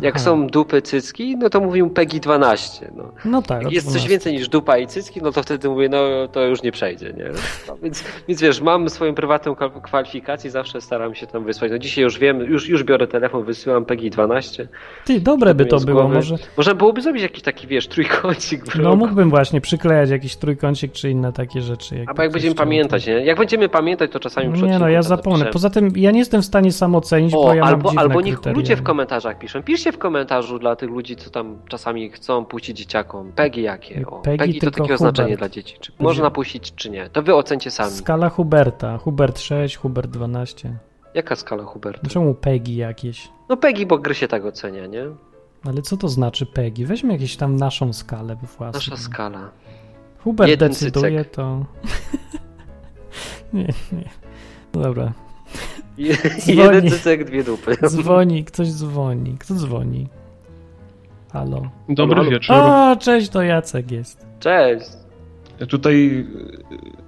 Speaker 2: Jak
Speaker 1: Aha.
Speaker 2: są dupy, cycki, no to mówię mu PEGI 12, no.
Speaker 1: No tak.
Speaker 2: Jak jest coś
Speaker 1: oczywiście.
Speaker 2: więcej niż dupa i cycki, no to wtedy mówię, no to już nie przejdzie, nie? No, więc, więc wiesz, mam swoją prywatną kwa- kwalifikację, zawsze staram się tam wysłać. No dzisiaj już wiem, już, już biorę telefon, wysyłam PEGI 12.
Speaker 1: Ty, dobre by to
Speaker 2: Z
Speaker 1: było,
Speaker 2: głowy.
Speaker 1: może.
Speaker 2: Można byłoby zrobić jakiś taki, wiesz, trójkącik w
Speaker 1: No
Speaker 2: roku.
Speaker 1: mógłbym właśnie przyklejać jakiś trójkącik czy inne takie rzeczy.
Speaker 2: Albo jak
Speaker 1: ktoś
Speaker 2: będziemy
Speaker 1: chciał.
Speaker 2: pamiętać, nie? Jak będziemy pamiętać, to czasami przy
Speaker 1: Nie no,
Speaker 2: odcinku
Speaker 1: ja
Speaker 2: to
Speaker 1: zapomnę.
Speaker 2: napiszemy.
Speaker 1: Poza tym ja nie jestem w stanie sam ocenić,
Speaker 2: O,
Speaker 1: bo ja
Speaker 2: albo,
Speaker 1: mam dziwne
Speaker 2: albo niech
Speaker 1: kryteria.
Speaker 2: ludzie w komentarzach piszą. Piszcie w komentarzu dla tych ludzi, co tam czasami chcą puścić dzieciakom. Pegi jakie? O,
Speaker 1: Pegi
Speaker 2: Pegi, to
Speaker 1: tylko
Speaker 2: takie oznaczenie
Speaker 1: Hubert.
Speaker 2: dla dzieci. Czy można puścić, czy nie? To wy ocencie sami.
Speaker 1: Skala Huberta. Hubert 6, Hubert 12.
Speaker 2: Jaka skala Huberta?
Speaker 1: Czemu Peggy jakieś?
Speaker 2: No Pegi, bo gry się tak ocenia, nie?
Speaker 1: Ale co to znaczy Peggy? Weźmy jakieś tam naszą skalę we własną.
Speaker 2: Nasza skala.
Speaker 1: Hubert
Speaker 2: jeden
Speaker 1: decyduje, to... nie, nie. No Dobra.
Speaker 2: Je-
Speaker 1: Dzwoni.
Speaker 2: Jeden cycek, dwie dupy.
Speaker 1: Dzwoni, ktoś dzwoni. Kto dzwoni? Halo.
Speaker 6: Dobry
Speaker 2: Halo?
Speaker 6: wieczór.
Speaker 1: O, cześć, to Jacek jest.
Speaker 2: Cześć.
Speaker 6: Ja tutaj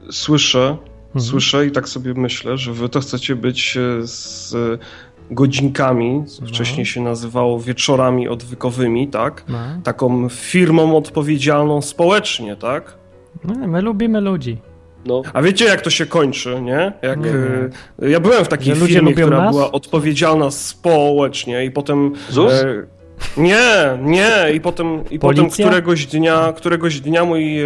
Speaker 6: y, słyszę,
Speaker 1: Mhm.
Speaker 6: słyszę i tak sobie myślę, że wy to chcecie być e, z e, godzinkami, co
Speaker 1: No.
Speaker 6: wcześniej się nazywało wieczorami odwykowymi, tak?
Speaker 1: No.
Speaker 6: Taką firmą odpowiedzialną społecznie, tak?
Speaker 1: No, my lubimy ludzi.
Speaker 2: No.
Speaker 6: A wiecie jak to się kończy, nie? Jak,
Speaker 1: Nie.
Speaker 6: e, ja byłem w takiej
Speaker 1: Że ludzie
Speaker 6: firmie,
Speaker 1: lubią
Speaker 6: która
Speaker 1: nas?
Speaker 6: była odpowiedzialna społecznie i potem
Speaker 2: ZUS?
Speaker 6: E, Nie, nie. I potem, i potem
Speaker 1: Policja?
Speaker 6: któregoś, dnia, któregoś dnia mój e,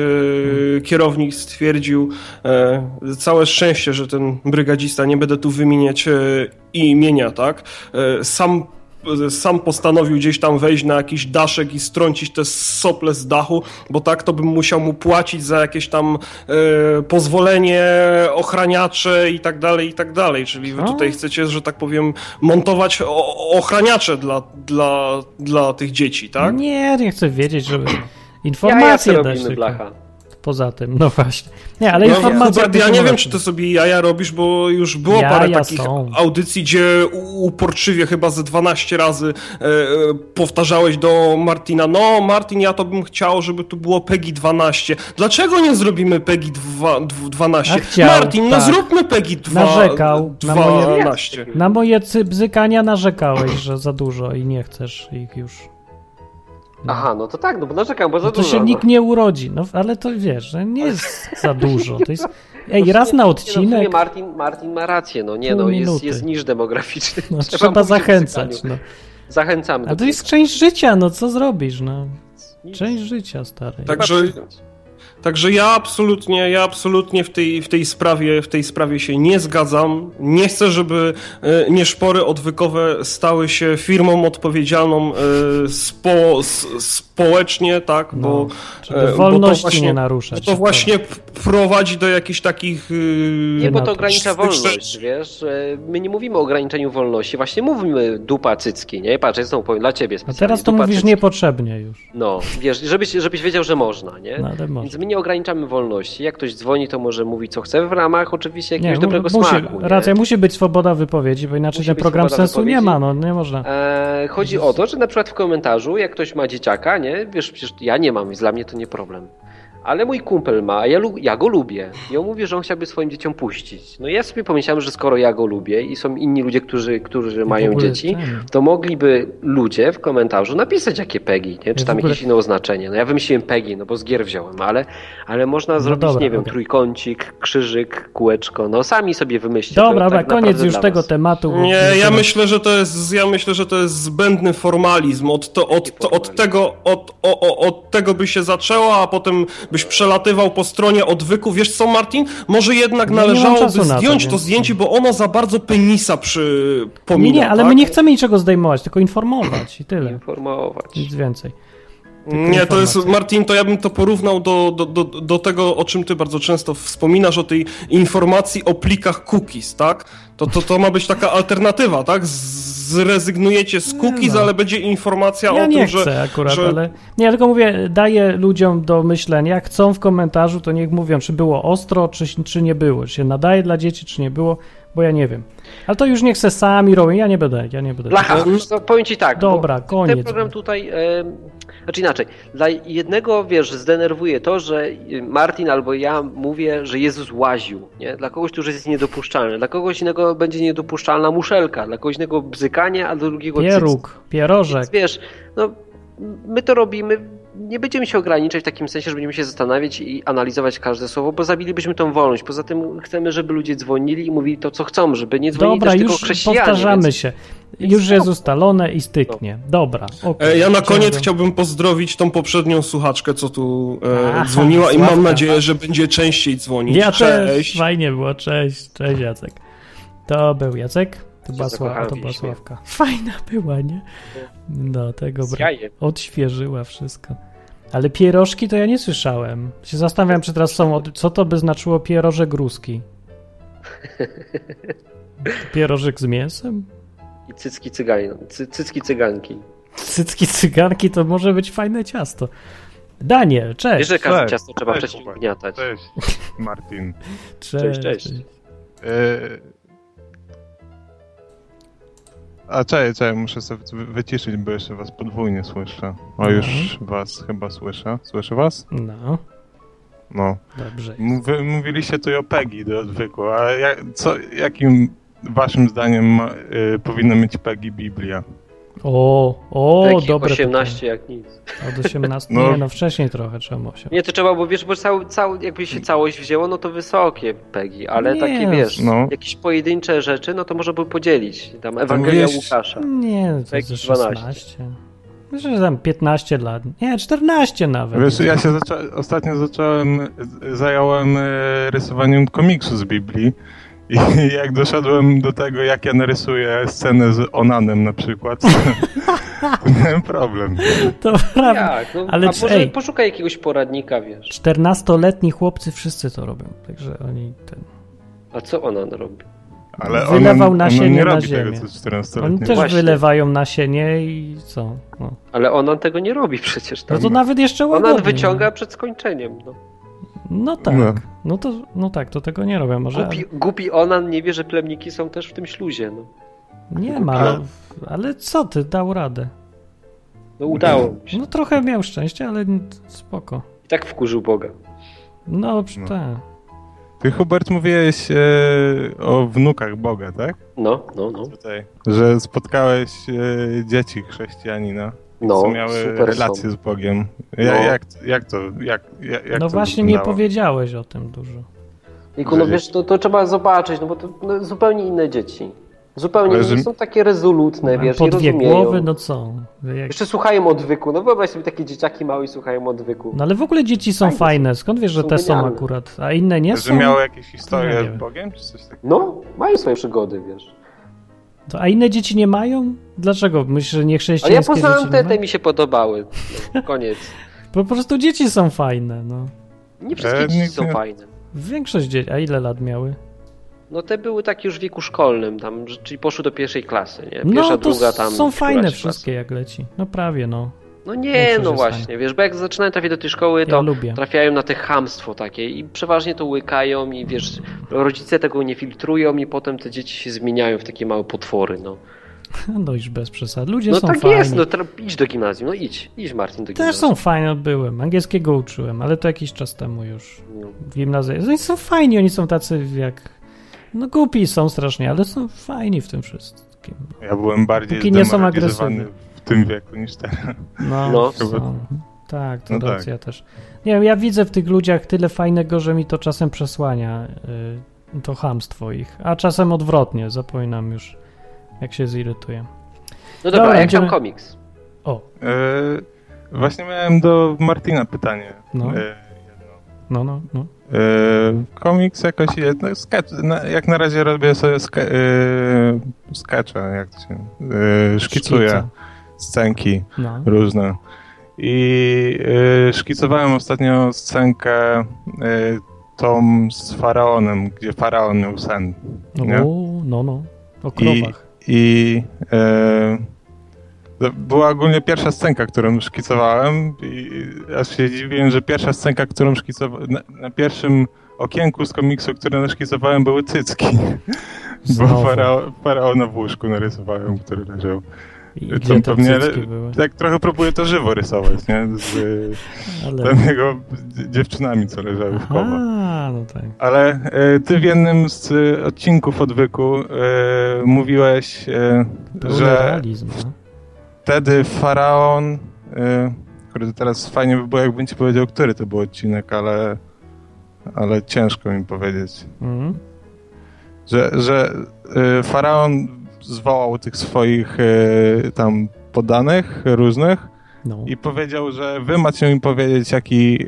Speaker 6: kierownik stwierdził e, całe szczęście, że ten brygadzista, nie będę tu wymieniać e, imienia, tak? E, sam, e, sam postanowił gdzieś tam wejść na jakiś daszek i strącić te sople z dachu, bo tak to bym musiał mu płacić za jakieś tam e, pozwolenie, ochraniacze i tak dalej, i tak dalej. Czyli wy
Speaker 1: Co?
Speaker 6: tutaj chcecie, że tak powiem, montować o- ochraniacze dla, dla, dla tych dzieci, tak?
Speaker 1: Nie, nie chcę wiedzieć, żeby... Informacje
Speaker 2: Informacje ja, ja
Speaker 1: dać
Speaker 2: robimy,
Speaker 1: tylko.
Speaker 2: blacha.
Speaker 1: Poza tym, no właśnie. Nie, ale
Speaker 6: No,
Speaker 1: informacje...
Speaker 6: Hubert, ja nie wiem, czy ty sobie jaja robisz, bo już było
Speaker 1: Jaja
Speaker 6: parę takich
Speaker 1: są.
Speaker 6: audycji, gdzie u- uporczywie chyba ze 12 razy e, e, powtarzałeś do Martina, no Martin, ja to bym chciał, żeby tu było PEGI 12. Dlaczego nie zrobimy PEGI dwa, dw- 12?
Speaker 1: A chciał,
Speaker 6: Martin, no
Speaker 1: tak.
Speaker 6: zróbmy PEGI 2,
Speaker 1: Narzekał na moje-
Speaker 6: 12.
Speaker 1: Na moje cy- bzykania narzekałeś, że za dużo i nie chcesz ich już. No.
Speaker 2: Aha, no to tak, no bo narzekam, bo za
Speaker 1: No to
Speaker 2: dużo.
Speaker 1: się
Speaker 2: no.
Speaker 1: nikt nie urodzi, no ale to wiesz, że nie jest za dużo. To jest... Ej, raz na
Speaker 2: Nie, no, w sumie
Speaker 1: odcinek
Speaker 2: Martin, Martin ma rację, no nie,
Speaker 1: Pół
Speaker 2: no jest,
Speaker 1: minuty.
Speaker 2: jest niż demograficzny.
Speaker 1: no,
Speaker 2: Trzeba
Speaker 1: trzeba
Speaker 2: mówić o
Speaker 1: zachęcać.
Speaker 2: bzykaniu.
Speaker 1: No.
Speaker 2: Zachęcamy.
Speaker 1: A
Speaker 2: do
Speaker 1: to jest część życia, no co zrobisz? No.
Speaker 2: tego. Nic.
Speaker 1: Część życia, stary.
Speaker 6: Tak.
Speaker 2: Trzeba
Speaker 6: Także-
Speaker 2: przyznać.
Speaker 6: Także ja absolutnie, ja absolutnie w tej, w tej sprawie, w tej sprawie się nie zgadzam. Nie chcę, żeby e, nieszpory odwykowe stały się firmą odpowiedzialną e, spo, s, społecznie, tak? Bo,
Speaker 1: żeby
Speaker 6: e, bo to
Speaker 1: wolności nie naruszać.
Speaker 6: Bo to właśnie prowadzi do jakichś takich. e,
Speaker 2: Nie, bo to
Speaker 1: Jednak.
Speaker 2: ogranicza
Speaker 6: Styczne-
Speaker 2: wolność, wiesz? E, My nie mówimy o ograniczeniu wolności, właśnie mówimy dupa cycki, nie? Patrz, jestem powiem dla ciebie
Speaker 1: A
Speaker 2: specjalnie.
Speaker 1: teraz to
Speaker 2: dupa
Speaker 1: mówisz
Speaker 2: cycki.
Speaker 1: niepotrzebnie już.
Speaker 2: No, wiesz, żebyś, żebyś wiedział, że można, nie?
Speaker 1: No, ale
Speaker 2: Więc
Speaker 1: może.
Speaker 2: my nie ograniczamy wolności. Jak ktoś dzwoni, to może mówić co chce w ramach oczywiście jakiegoś
Speaker 1: mu-
Speaker 2: dobrego
Speaker 1: musi,
Speaker 2: smaku. nie?
Speaker 1: racja, musi być swoboda wypowiedzi, bo inaczej
Speaker 2: Musi
Speaker 1: ten
Speaker 2: być
Speaker 1: program
Speaker 2: swoboda
Speaker 1: sensu nie
Speaker 2: wypowiedzi.
Speaker 1: ma, no nie można.
Speaker 2: E, chodzi o to, że na przykład w komentarzu, jak ktoś ma dzieciaka, nie? Wiesz, przecież ja nie mam, więc dla mnie to nie problem. Ale mój kumpel ma, a ja, lu- ja go lubię. I on mówi, że on chciałby swoim dzieciom puścić. No ja sobie pomyślałem, że skoro ja go lubię i są inni ludzie, którzy, którzy
Speaker 1: I
Speaker 2: mają
Speaker 1: No w ogóle
Speaker 2: dzieci,
Speaker 1: ten-
Speaker 2: to mogliby ludzie w komentarzu napisać jakie PEGI, nie? czy
Speaker 1: w
Speaker 2: tam
Speaker 1: ogóle-
Speaker 2: jakieś inne oznaczenie. No ja wymyśliłem PEGI, no bo z gier wziąłem, ale, ale można zrobić,
Speaker 1: No dobra,
Speaker 2: nie wiem,
Speaker 1: okej.
Speaker 2: trójkącik, krzyżyk, kółeczko, no sami sobie wymyślcie. to
Speaker 1: Dobra, dobra,
Speaker 2: tak naprawdę
Speaker 1: koniec już
Speaker 2: dla
Speaker 1: tego
Speaker 2: was.
Speaker 1: tematu. bo-
Speaker 6: Nie, ja
Speaker 1: bo-
Speaker 6: myślę, że to jest, ja myślę, że to jest zbędny formalizm. Od, to, od, to, od, tego, od, o, o, od tego by się zaczęło, a potem byś przelatywał po stronie odwyku. Wiesz co, Martin? Może jednak
Speaker 1: Nie, nie mam
Speaker 6: należałoby
Speaker 1: czasu na to,
Speaker 6: zdjąć to,
Speaker 1: więc-
Speaker 6: zdjęcie, bo ono za bardzo penisa przypomina.
Speaker 1: Nie, nie, ale
Speaker 6: tak?
Speaker 1: my nie chcemy niczego zdejmować, tylko informować i tyle.
Speaker 2: Informować.
Speaker 1: Nic więcej.
Speaker 6: Nie, to jest,
Speaker 1: informacja.
Speaker 6: Martin, to ja bym to porównał do, do, do, do tego, o czym ty bardzo często wspominasz, o tej informacji o plikach cookies, tak? To, to, to ma być taka alternatywa, tak? Zrezygnujecie z cookies,
Speaker 1: no.
Speaker 6: ale będzie informacja
Speaker 1: Ja
Speaker 6: o
Speaker 1: nie
Speaker 6: tym,
Speaker 1: chcę
Speaker 6: że...
Speaker 1: akurat,
Speaker 6: że-
Speaker 1: ale. Nie, ja tylko mówię, daję ludziom do myślenia. Jak chcą w komentarzu, to niech mówią, czy było ostro, czy, czy nie było. Czy się nadaje dla dzieci, czy nie było, bo ja nie wiem. Ale to już niech se sami robią. Ja nie będę, ja nie będę.
Speaker 2: Blacha, wiesz co, powiem ci tak. bo
Speaker 1: Dobra,
Speaker 2: Ten
Speaker 1: koniec.
Speaker 2: program tutaj, e, znaczy inaczej, dla jednego, wiesz, zdenerwuje to, że e, Martin albo ja mówię, że Jezus łaził, nie? Dla kogoś to już jest niedopuszczalne, dla kogoś innego będzie niedopuszczalna muszelka, dla kogoś innego bzykanie, a dla drugiego cyc.
Speaker 1: Pieróg, pierożek.
Speaker 2: Więc wiesz, no, my to robimy, nie będziemy się ograniczać w takim sensie, że będziemy się zastanawiać i analizować każde słowo, bo zabilibyśmy tą wolność. Poza tym chcemy, żeby ludzie dzwonili i mówili to, co chcą, żeby nie dzwonili
Speaker 1: Dobra,
Speaker 2: też tylko
Speaker 1: już
Speaker 2: chrześcijanie.
Speaker 1: powtarzamy
Speaker 2: więc-
Speaker 1: się.
Speaker 2: więc
Speaker 1: Już jest
Speaker 2: stop.
Speaker 1: ustalone i styknie. Dobra. okej.
Speaker 6: E, Ja na koniec
Speaker 1: Dziękuję.
Speaker 6: chciałbym pozdrowić tą poprzednią słuchaczkę, co tu
Speaker 1: Aha,
Speaker 6: e, dzwoniła i mam
Speaker 1: Sławka.
Speaker 6: nadzieję, że będzie częściej dzwonić.
Speaker 1: Ja
Speaker 6: Cześć.
Speaker 1: też. Fajnie było, cześć, cześć Jacek. To był Jacek, to była, Sła, to była
Speaker 2: zakochałem w jej
Speaker 1: Sławka. Fajna była, nie? Do tego
Speaker 2: Z
Speaker 1: bra...
Speaker 2: jajem.
Speaker 1: odświeżyła wszystko. Ale pierożki to ja nie słyszałem. Się zastanawiam, czy teraz są, od... co to by znaczyło pierożek ruski? Pierożek z mięsem?
Speaker 2: I cycki cygan, cy, cycki cyganki.
Speaker 1: Cycki cyganki to może być fajne ciasto. Daniel,
Speaker 2: Wiesz,
Speaker 1: cześć.
Speaker 2: że każde
Speaker 7: cześć,
Speaker 2: ciasto trzeba
Speaker 7: cześć,
Speaker 2: wcześniej
Speaker 7: chłopaki.
Speaker 2: ugniatać.
Speaker 7: Cześć, Martin.
Speaker 2: cześć, cześć.
Speaker 7: E, A cześć, cześć, muszę sobie wy- wyciszyć, bo jeszcze was podwójnie słyszę. O, już was chyba słyszę. Słyszę was?
Speaker 1: No,
Speaker 7: No.
Speaker 1: dobrze.
Speaker 7: Mówi, mówiliście tu o PEGI do odwyku, a ja, co, jakim waszym zdaniem ma, y, powinno mieć PEGI Biblia?
Speaker 1: O, o,
Speaker 2: Takich
Speaker 1: dobre.
Speaker 2: 18
Speaker 1: pytanie.
Speaker 2: jak nic.
Speaker 1: Od 18.
Speaker 7: No.
Speaker 1: Nie, no wcześniej trochę trzeba 8.
Speaker 2: Nie, to trzeba, bo wiesz, bo cały, cały, jakby się całość wzięło, no to wysokie PEGI, ale
Speaker 1: Nie,
Speaker 2: takie wiesz,
Speaker 7: no.
Speaker 2: jakieś pojedyncze rzeczy, no to można by podzielić. Tam Ewangelia
Speaker 7: mówiłeś-
Speaker 2: Łukasza.
Speaker 1: Nie, to
Speaker 2: Jakieś
Speaker 1: jest
Speaker 2: 12.
Speaker 1: 16. Myślę, że tam 15 lat. Nie, 14 nawet.
Speaker 7: Wiesz, ja się zaczą, ostatnio zacząłem, z- zająłem e, rysowaniem komiksu z Biblii i jak doszedłem do tego, jak ja narysuję scenę z Onanem na przykład, to miałem problem.
Speaker 1: To prawda.
Speaker 2: Tak, no,
Speaker 1: Ale
Speaker 2: a
Speaker 1: czy-
Speaker 2: może
Speaker 1: ej.
Speaker 2: poszukaj jakiegoś poradnika, wiesz.
Speaker 1: 14-letni chłopcy wszyscy to robią. Także oni ten.
Speaker 2: A co ona robi?
Speaker 7: Ale
Speaker 1: Wylewał
Speaker 7: Onan, Onan
Speaker 1: nasienie
Speaker 7: nie
Speaker 1: na
Speaker 7: robi
Speaker 1: ziemię.
Speaker 7: tego, co 14
Speaker 1: Oni
Speaker 7: letni
Speaker 1: też
Speaker 2: Właśnie.
Speaker 1: wylewają nasienie i co? No,
Speaker 2: Ale ona tego nie robi przecież.
Speaker 1: no
Speaker 2: Tam.
Speaker 1: to nawet jeszcze łagodniej.
Speaker 2: ona wyciąga przed skończeniem. No.
Speaker 1: No tak.
Speaker 7: No.
Speaker 1: No, to, no tak, to tego nie robią. Może
Speaker 2: Głupi, głupi Onan nie wie, że plemniki są też w tym śluzie. No,
Speaker 1: nie ma. no,
Speaker 7: Ale-
Speaker 1: Ale co ty, dał radę.
Speaker 2: no udało mu się.
Speaker 1: No trochę miał szczęście, ale spoko.
Speaker 2: I tak wkurzył Boga.
Speaker 1: No,
Speaker 7: No.
Speaker 1: tak.
Speaker 7: Ty, Hubert, mówiłeś e, o wnukach Boga, tak?
Speaker 2: No, no, no.
Speaker 7: Tutaj. Że spotkałeś e, dzieci chrześcijanina,
Speaker 2: No,
Speaker 7: co miały
Speaker 2: super
Speaker 7: relacje
Speaker 2: są.
Speaker 7: z Bogiem. Ja,
Speaker 2: No.
Speaker 7: jak, jak to jak, jak, jak
Speaker 1: no
Speaker 7: to
Speaker 1: właśnie nie
Speaker 7: wyglądało?
Speaker 1: powiedziałeś o tym dużo.
Speaker 2: Niku, no wiesz, to, to trzeba zobaczyć, no bo to no, zupełnie inne dzieci. Zupełnie
Speaker 7: Ale że-
Speaker 2: nie są takie rezolutne, wiesz, nie
Speaker 1: Podwiegłowy,
Speaker 2: rozumieją.
Speaker 1: no co? wy Jak...
Speaker 2: Jeszcze słuchają odwyku, no wyobraź sobie takie dzieciaki małe i słuchają odwyku.
Speaker 1: No ale w ogóle dzieci są
Speaker 2: Fajne są.
Speaker 1: fajne, skąd wiesz, że
Speaker 2: Są
Speaker 1: te są
Speaker 2: genialne.
Speaker 1: akurat, a inne nie
Speaker 7: Że
Speaker 1: są?
Speaker 7: miały jakieś
Speaker 1: Nie
Speaker 7: historie
Speaker 1: wiem.
Speaker 7: z Bogiem, czy coś takiego?
Speaker 2: No, mają swoje przygody, wiesz.
Speaker 1: To- A inne dzieci nie mają? Dlaczego? Myślisz, że nie
Speaker 2: Ale ja
Speaker 1: chrześcijańskie dzieci
Speaker 2: poznałem
Speaker 1: nie
Speaker 2: te,
Speaker 1: mają?
Speaker 2: te mi się podobały. No, koniec.
Speaker 1: Po prostu dzieci są fajne, no.
Speaker 2: Nie wszystkie
Speaker 7: E,
Speaker 2: dzieci
Speaker 7: nigdy
Speaker 2: są
Speaker 7: nie-
Speaker 2: fajne.
Speaker 1: Większość dzieci, a ile lat miały?
Speaker 2: No te były tak już w wieku szkolnym, tam, że- czyli poszły do pierwszej klasy, nie?
Speaker 1: No,
Speaker 2: Pierwsza,
Speaker 1: to
Speaker 2: druga tam.
Speaker 1: są
Speaker 2: któraś
Speaker 1: fajne
Speaker 2: klasa.
Speaker 1: wszystkie jak leci. No prawie, no.
Speaker 2: No nie,
Speaker 1: Większość
Speaker 2: no
Speaker 1: jest
Speaker 2: właśnie, wiesz, bo jak zaczynają trafić do tej szkoły,
Speaker 1: Ja
Speaker 2: to
Speaker 1: lubię.
Speaker 2: trafiają na te chamstwo takie i przeważnie to łykają i wiesz, rodzice tego nie filtrują i potem te dzieci się zmieniają w takie małe potwory, no.
Speaker 1: No już bez przesad. Ludzie
Speaker 2: no
Speaker 1: są
Speaker 2: tak
Speaker 1: fajni.
Speaker 2: jest, no tra- idź do gimnazjum, no idź, idź Martin do
Speaker 1: Też
Speaker 2: gimnazjum.
Speaker 1: są fajne, byłem. Angielskiego uczyłem, ale to jakiś czas temu już.
Speaker 2: No.
Speaker 1: W gimnazjum. Oni są fajni, oni są tacy jak... No głupi są strasznie, ale są fajni w tym wszystkim.
Speaker 7: Ja byłem bardziej
Speaker 1: Póki nie są
Speaker 7: zdemoralizowany
Speaker 1: agresywne.
Speaker 7: w tym wieku niż teraz.
Speaker 1: No,
Speaker 2: No.
Speaker 1: są. Tak, to
Speaker 7: No tak.
Speaker 1: racja też. Nie wiem, ja widzę w tych ludziach tyle fajnego, że mi to czasem przesłania y, to chamstwo ich, a czasem odwrotnie, zapominam już, jak się zirytuję.
Speaker 2: No dobra,
Speaker 1: Dobra,
Speaker 2: jak
Speaker 1: będziemy-
Speaker 2: tam komiks?
Speaker 1: O,
Speaker 7: E, właśnie miałem do Martina pytanie.
Speaker 1: No.
Speaker 7: E, jedno.
Speaker 1: no, no, no.
Speaker 7: E, komiks jakoś, no, sketch, na, jak na razie robię sobie ske, e, sketcha, jak się, e, szkicuję
Speaker 1: Szkica.
Speaker 7: scenki
Speaker 1: No.
Speaker 7: różne. I e, szkicowałem ostatnio scenkę e, tą z faraonem, gdzie faraon miał sen.
Speaker 1: No,
Speaker 7: nie?
Speaker 1: u, no, no. O krowach.
Speaker 7: I e, to była ogólnie pierwsza scenka, którą szkicowałem i aż się dziwiłem, że pierwsza scenka, którą szkicowałem, na, na pierwszym okienku z komiksu, który naszkicowałem, były cycki. Bo
Speaker 1: Znowu.
Speaker 7: farao, faraona w łóżku narysowałem, który leżał.
Speaker 1: I
Speaker 7: to
Speaker 1: gdzie te
Speaker 7: pewnie-
Speaker 1: cycki były?
Speaker 7: Tak trochę próbuję to żywo rysować, nie? Z
Speaker 1: Ale...
Speaker 7: tam jego dziewczynami, co leżały w koło.
Speaker 1: Tak. Aha, no tak.
Speaker 7: Ale e, ty w jednym z e, odcinków odwyku e, mówiłeś, e,
Speaker 1: Pełny
Speaker 7: że
Speaker 1: realizm, no.
Speaker 7: wtedy faraon. E, kurde, teraz fajnie by było, jakbym ci powiedział, który to był odcinek, ale, ale ciężko mi powiedzieć.
Speaker 1: Mhm.
Speaker 7: Że, że e, faraon zwołał tych swoich e, tam podanych różnych
Speaker 1: No.
Speaker 7: i powiedział, że wy macie mi powiedzieć, jaki,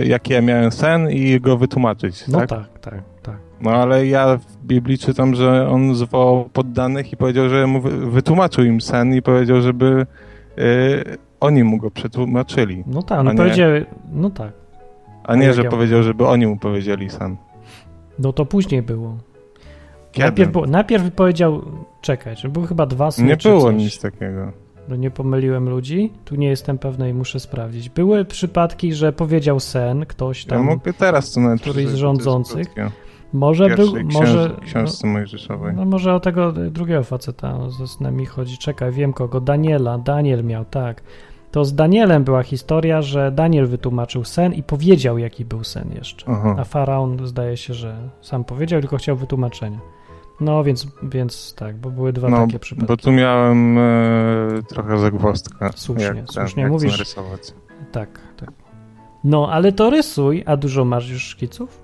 Speaker 7: e, jaki ja miałem sen i go wytłumaczyć.
Speaker 1: no
Speaker 7: tak?
Speaker 1: tak, tak, tak.
Speaker 7: No ale ja w Biblii czytam, że on zwołał poddanych i powiedział, że mu wy- wytłumaczył im sen i powiedział, żeby y, oni mu go przetłumaczyli,
Speaker 1: No tak, no
Speaker 7: A nie-
Speaker 1: powiedziały, no tak.
Speaker 7: a nie,
Speaker 1: Tak
Speaker 7: że
Speaker 1: ja-
Speaker 7: powiedział, żeby oni mu powiedzieli sen.
Speaker 1: No to później było.
Speaker 7: Kiedy?
Speaker 1: Najpierw, było, najpierw powiedział, czekaj, że były chyba dwa sny
Speaker 7: Nie
Speaker 1: czy
Speaker 7: było
Speaker 1: coś.
Speaker 7: nic takiego.
Speaker 1: No nie pomyliłem ludzi, tu nie jestem pewny i muszę sprawdzić. Były przypadki, że powiedział sen, ktoś
Speaker 7: Ja
Speaker 1: tam,
Speaker 7: mogę teraz to nawet
Speaker 1: któryś z
Speaker 7: przeczytać, bo to jest
Speaker 1: rządzących?
Speaker 7: krótkie.
Speaker 1: może
Speaker 7: W
Speaker 1: był,
Speaker 7: pierwszej
Speaker 1: może,
Speaker 7: książ- książce
Speaker 1: no,
Speaker 7: mojżeszowej.
Speaker 1: no może o tego drugiego faceta no, ze snami chodzi, czekaj, wiem kogo, Daniela, Daniel miał, tak. To z Danielem była historia, że Daniel wytłumaczył sen i powiedział, jaki był sen jeszcze. A
Speaker 7: Aha.
Speaker 1: faraon zdaje się, że sam powiedział, tylko chciał wytłumaczenia. No więc, więc tak, bo były dwa
Speaker 7: No,
Speaker 1: takie przypadki.
Speaker 7: bo tu miałem e, trochę zagwozdkę.
Speaker 1: Słusznie,
Speaker 7: jak, ten-
Speaker 1: słusznie
Speaker 7: jak to
Speaker 1: mówisz.
Speaker 7: narysować.
Speaker 1: Tak, tak. No, ale to rysuj, a dużo masz już szkiców?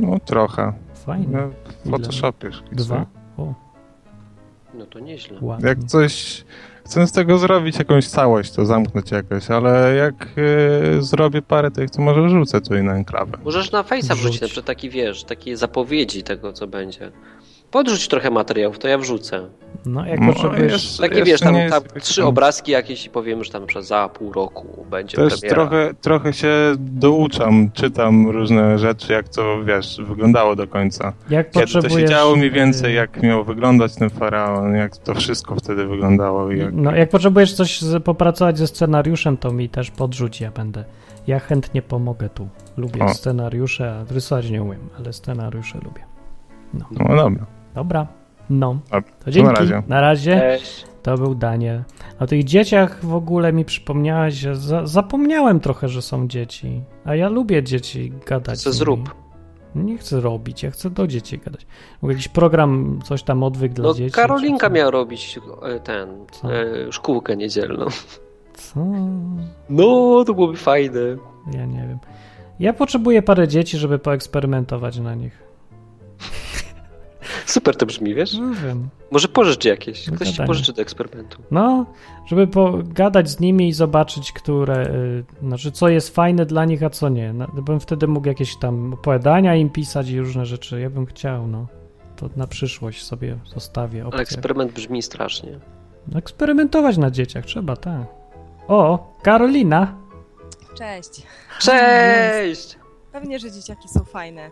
Speaker 7: No trochę.
Speaker 1: Fajnie.
Speaker 7: No, w Photoshopie. szkicuję.
Speaker 1: Dwa? O,
Speaker 2: No to nieźle.
Speaker 1: ładnie.
Speaker 7: Jak coś. Chcę z tego zrobić jakąś całość, to zamknąć jakoś, ale jak e, zrobię parę tych, to może rzucę tutaj na enklawę.
Speaker 2: Możesz na Face'a
Speaker 1: Wrzuć.
Speaker 2: wrzucić na przykład taki, wiesz, takie zapowiedzi tego, co będzie. Podrzuć trochę materiałów, to ja wrzucę.
Speaker 1: No, jak
Speaker 7: No,
Speaker 1: potrzebujesz...
Speaker 7: jeszcze-
Speaker 2: Takie,
Speaker 7: jeszcze
Speaker 2: wiesz, tam,
Speaker 7: nie jest
Speaker 2: tam
Speaker 7: jakoś
Speaker 2: trzy
Speaker 7: tam-
Speaker 2: obrazki jakieś i powiemy, że tam na przykład za pół roku będzie
Speaker 7: Też
Speaker 2: premiera.
Speaker 7: trochę, trochę się douczam, czytam różne rzeczy, jak to, wiesz, wyglądało do końca.
Speaker 1: Jak
Speaker 7: Kiedy to się
Speaker 1: potrzebujesz...
Speaker 7: działo mniej więcej,
Speaker 1: y,
Speaker 7: jak miał wyglądać ten faraon, jak to wszystko wtedy wyglądało i jak...
Speaker 1: No, jak potrzebujesz coś z, popracować ze scenariuszem, to mi też podrzuć, ja będę. Ja chętnie pomogę tu. Lubię
Speaker 7: O.
Speaker 1: scenariusze, a rysować nie umiem, ale scenariusze lubię.
Speaker 7: No dobra.
Speaker 1: Dobra, no.
Speaker 7: A,
Speaker 1: To dzięki.
Speaker 7: razie.
Speaker 1: Na razie.
Speaker 2: Cześć.
Speaker 1: To był Daniel. O tych dzieciach w ogóle mi przypomniałeś, że za, zapomniałem trochę, że są dzieci. A ja lubię dzieci gadać.
Speaker 2: Co
Speaker 1: z nimi.
Speaker 2: zrób?
Speaker 1: Nie chcę robić, ja chcę do dzieci gadać. Był jakiś program, coś tam odwyk dla
Speaker 2: No
Speaker 1: dzieci.
Speaker 2: Karolinka
Speaker 1: czy co?
Speaker 2: miała robić e, ten,
Speaker 1: Co?
Speaker 2: e, szkółkę niedzielną.
Speaker 1: Co?
Speaker 2: No, to byłoby fajne.
Speaker 1: Ja nie wiem. Ja potrzebuję parę dzieci, żeby poeksperymentować na nich.
Speaker 2: Super to brzmi, wiesz?
Speaker 1: No wiem.
Speaker 2: Może pożyczy jakieś. Ktoś ci
Speaker 1: Gadanie.
Speaker 2: pożyczy do eksperymentu.
Speaker 1: No, żeby pogadać z nimi i zobaczyć, które, y, znaczy co jest fajne dla nich, a co nie. No, bym wtedy mógł jakieś tam opowiadania im pisać i różne rzeczy. Ja bym chciał, no. To na przyszłość sobie zostawię
Speaker 2: Ale
Speaker 1: opcję.
Speaker 2: eksperyment brzmi strasznie.
Speaker 1: Eksperymentować na dzieciach trzeba, tak. O, Karolina!
Speaker 8: Cześć.
Speaker 2: Cześć!
Speaker 8: Pewnie, że dzieciaki są fajne.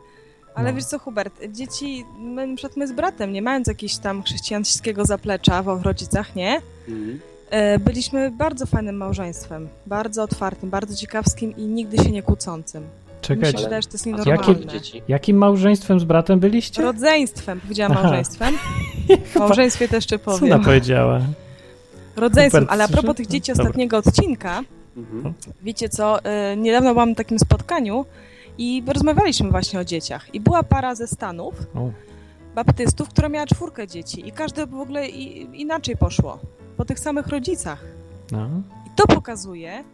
Speaker 8: Ale
Speaker 1: No.
Speaker 8: wiesz co, Hubert, dzieci, my, na przykład my z bratem, nie mając jakiegoś tam chrześcijańskiego zaplecza w rodzicach, nie?
Speaker 2: Mhm.
Speaker 8: E, Byliśmy bardzo fajnym małżeństwem, bardzo otwartym, bardzo ciekawskim i nigdy się nie kłócącym. Mi się
Speaker 1: Czekajcie.
Speaker 8: wydaje, że to jest
Speaker 2: A co
Speaker 8: nienormalne.
Speaker 2: mają dzieci?
Speaker 1: Jakim małżeństwem z bratem byliście?
Speaker 8: Rodzeństwem, powiedziałam
Speaker 1: Aha.
Speaker 8: małżeństwem. W małżeństwie też jeszcze
Speaker 1: Co ona
Speaker 8: powiem.
Speaker 1: powiedziała?
Speaker 8: Rodzeństwem,
Speaker 1: Hubert,
Speaker 8: ale a propos
Speaker 1: słyszy-
Speaker 8: tych dzieci
Speaker 1: Dobra.
Speaker 8: ostatniego odcinka,
Speaker 2: Mhm.
Speaker 8: Wiecie co, y, niedawno byłam na takim spotkaniu i rozmawialiśmy właśnie o dzieciach. I była para ze Stanów,
Speaker 1: O.
Speaker 8: baptystów, która miała czwórkę dzieci i każde w ogóle i, inaczej poszło, po tych samych rodzicach.
Speaker 1: No.
Speaker 8: I to pokazuje,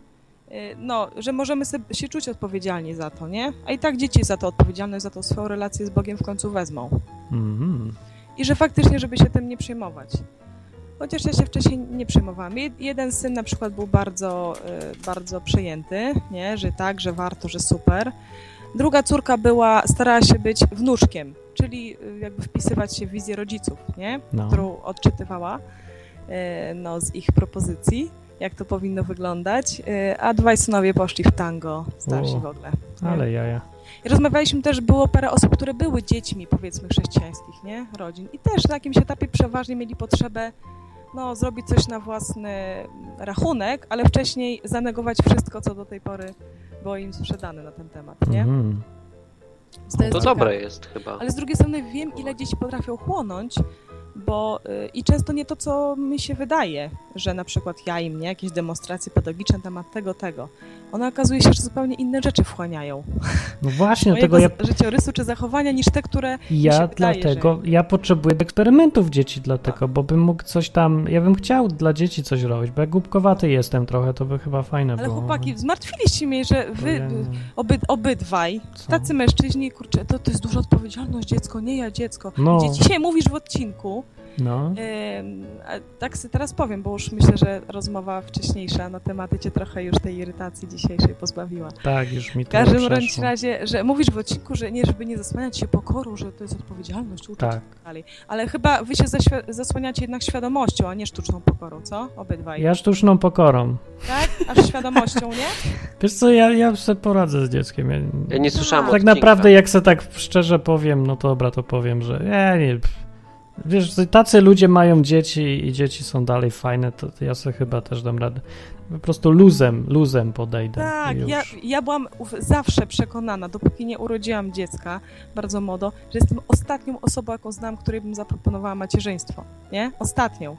Speaker 8: y, no, że możemy se, się czuć odpowiedzialni za to, nie? A i tak dzieci za to odpowiedzialne, za tą swoją relację z Bogiem w końcu wezmą.
Speaker 1: Mhm.
Speaker 8: I że faktycznie, żeby się tym nie przejmować. Chociaż ja się wcześniej nie przejmowałam. Jed- Jeden syn na przykład był bardzo, y, bardzo przejęty, nie? że tak, że warto, że super. Druga córka była, starała się być wnuczkiem, czyli y, jakby wpisywać się w wizję rodziców, nie?
Speaker 1: No.
Speaker 8: którą odczytywała y, no, z ich propozycji, jak to powinno wyglądać. Y, A dwaj synowie poszli w tango, starsi
Speaker 1: O,
Speaker 8: w ogóle. nie?
Speaker 1: Ale jaja.
Speaker 8: I Rozmawialiśmy też, było parę osób, które były dziećmi, powiedzmy, chrześcijańskich, nie? Rodzin. I też na jakimś etapie przeważnie mieli potrzebę, no, zrobić coś na własny rachunek, ale wcześniej zanegować wszystko, co do tej pory było im sprzedane na ten temat, nie?
Speaker 1: Mhm.
Speaker 8: Więc jest
Speaker 2: To
Speaker 8: ciekawe.
Speaker 2: dobre jest chyba.
Speaker 8: Ale z drugiej strony wiem, ile dzieci potrafią chłonąć, bo y, i często nie to, co mi się wydaje, że na przykład ja im, nie? Jakieś demonstracje pedagogiczne na temat tego, tego. One okazuje się, że zupełnie inne rzeczy wchłaniają.
Speaker 1: No właśnie,
Speaker 8: mojego
Speaker 1: dlatego ja,
Speaker 8: z- życiorysu czy zachowania niż te, które
Speaker 1: ja
Speaker 8: się wydaje,
Speaker 1: dlatego, ja potrzebuję eksperymentów dzieci dlatego, bo bym mógł coś tam, ja bym chciał dla dzieci coś robić, bo jak głupkowaty jestem trochę, to by chyba fajne
Speaker 8: Ale
Speaker 1: było.
Speaker 8: chłopaki, zmartwiliście mnie, że
Speaker 1: Bo
Speaker 8: wy
Speaker 1: ja nie-
Speaker 8: oby, obydwaj,
Speaker 1: co?
Speaker 8: tacy mężczyźni, kurczę, to, to jest duża odpowiedzialność, dziecko, nie ja, dziecko.
Speaker 1: No.
Speaker 8: Gdzie dzisiaj mówisz w odcinku,
Speaker 1: No,
Speaker 8: em, a tak sobie teraz powiem, bo już myślę, że rozmowa wcześniejsza na tematy cię trochę już tej irytacji dzisiejszej pozbawiła.
Speaker 1: tak, już mi
Speaker 8: W
Speaker 1: to
Speaker 8: każdym bądź
Speaker 1: przeszło.
Speaker 8: razie, że mówisz w odcinku, że nie, żeby nie zasłaniać się pokoru, że to jest odpowiedzialność, uczyć
Speaker 1: Tak.
Speaker 8: i tak dalej. Ale chyba wy się zaświ- zasłaniacie jednak świadomością, a nie sztuczną pokorą, co? Obydwaj.
Speaker 1: Ja sztuczną pokorą.
Speaker 8: Tak? Aż świadomością, nie?
Speaker 1: Wiesz co, ja, ja sobie poradzę z dzieckiem. Ja,
Speaker 2: Ja nie słyszałam
Speaker 1: tak
Speaker 2: odcinka.
Speaker 1: naprawdę, jak se tak szczerze powiem, no to dobra, to powiem, że ja nie... Pff. Wiesz, tacy ludzie mają dzieci i dzieci są dalej fajne, to, to ja sobie chyba też dam radę. Po prostu luzem, luzem podejdę. i
Speaker 8: Tak,
Speaker 1: już.
Speaker 8: ja, ja byłam ów- zawsze przekonana, dopóki nie urodziłam dziecka bardzo młodo, że jestem ostatnią osobą, jaką znam, której bym zaproponowała macierzyństwo. Nie? Ostatnią.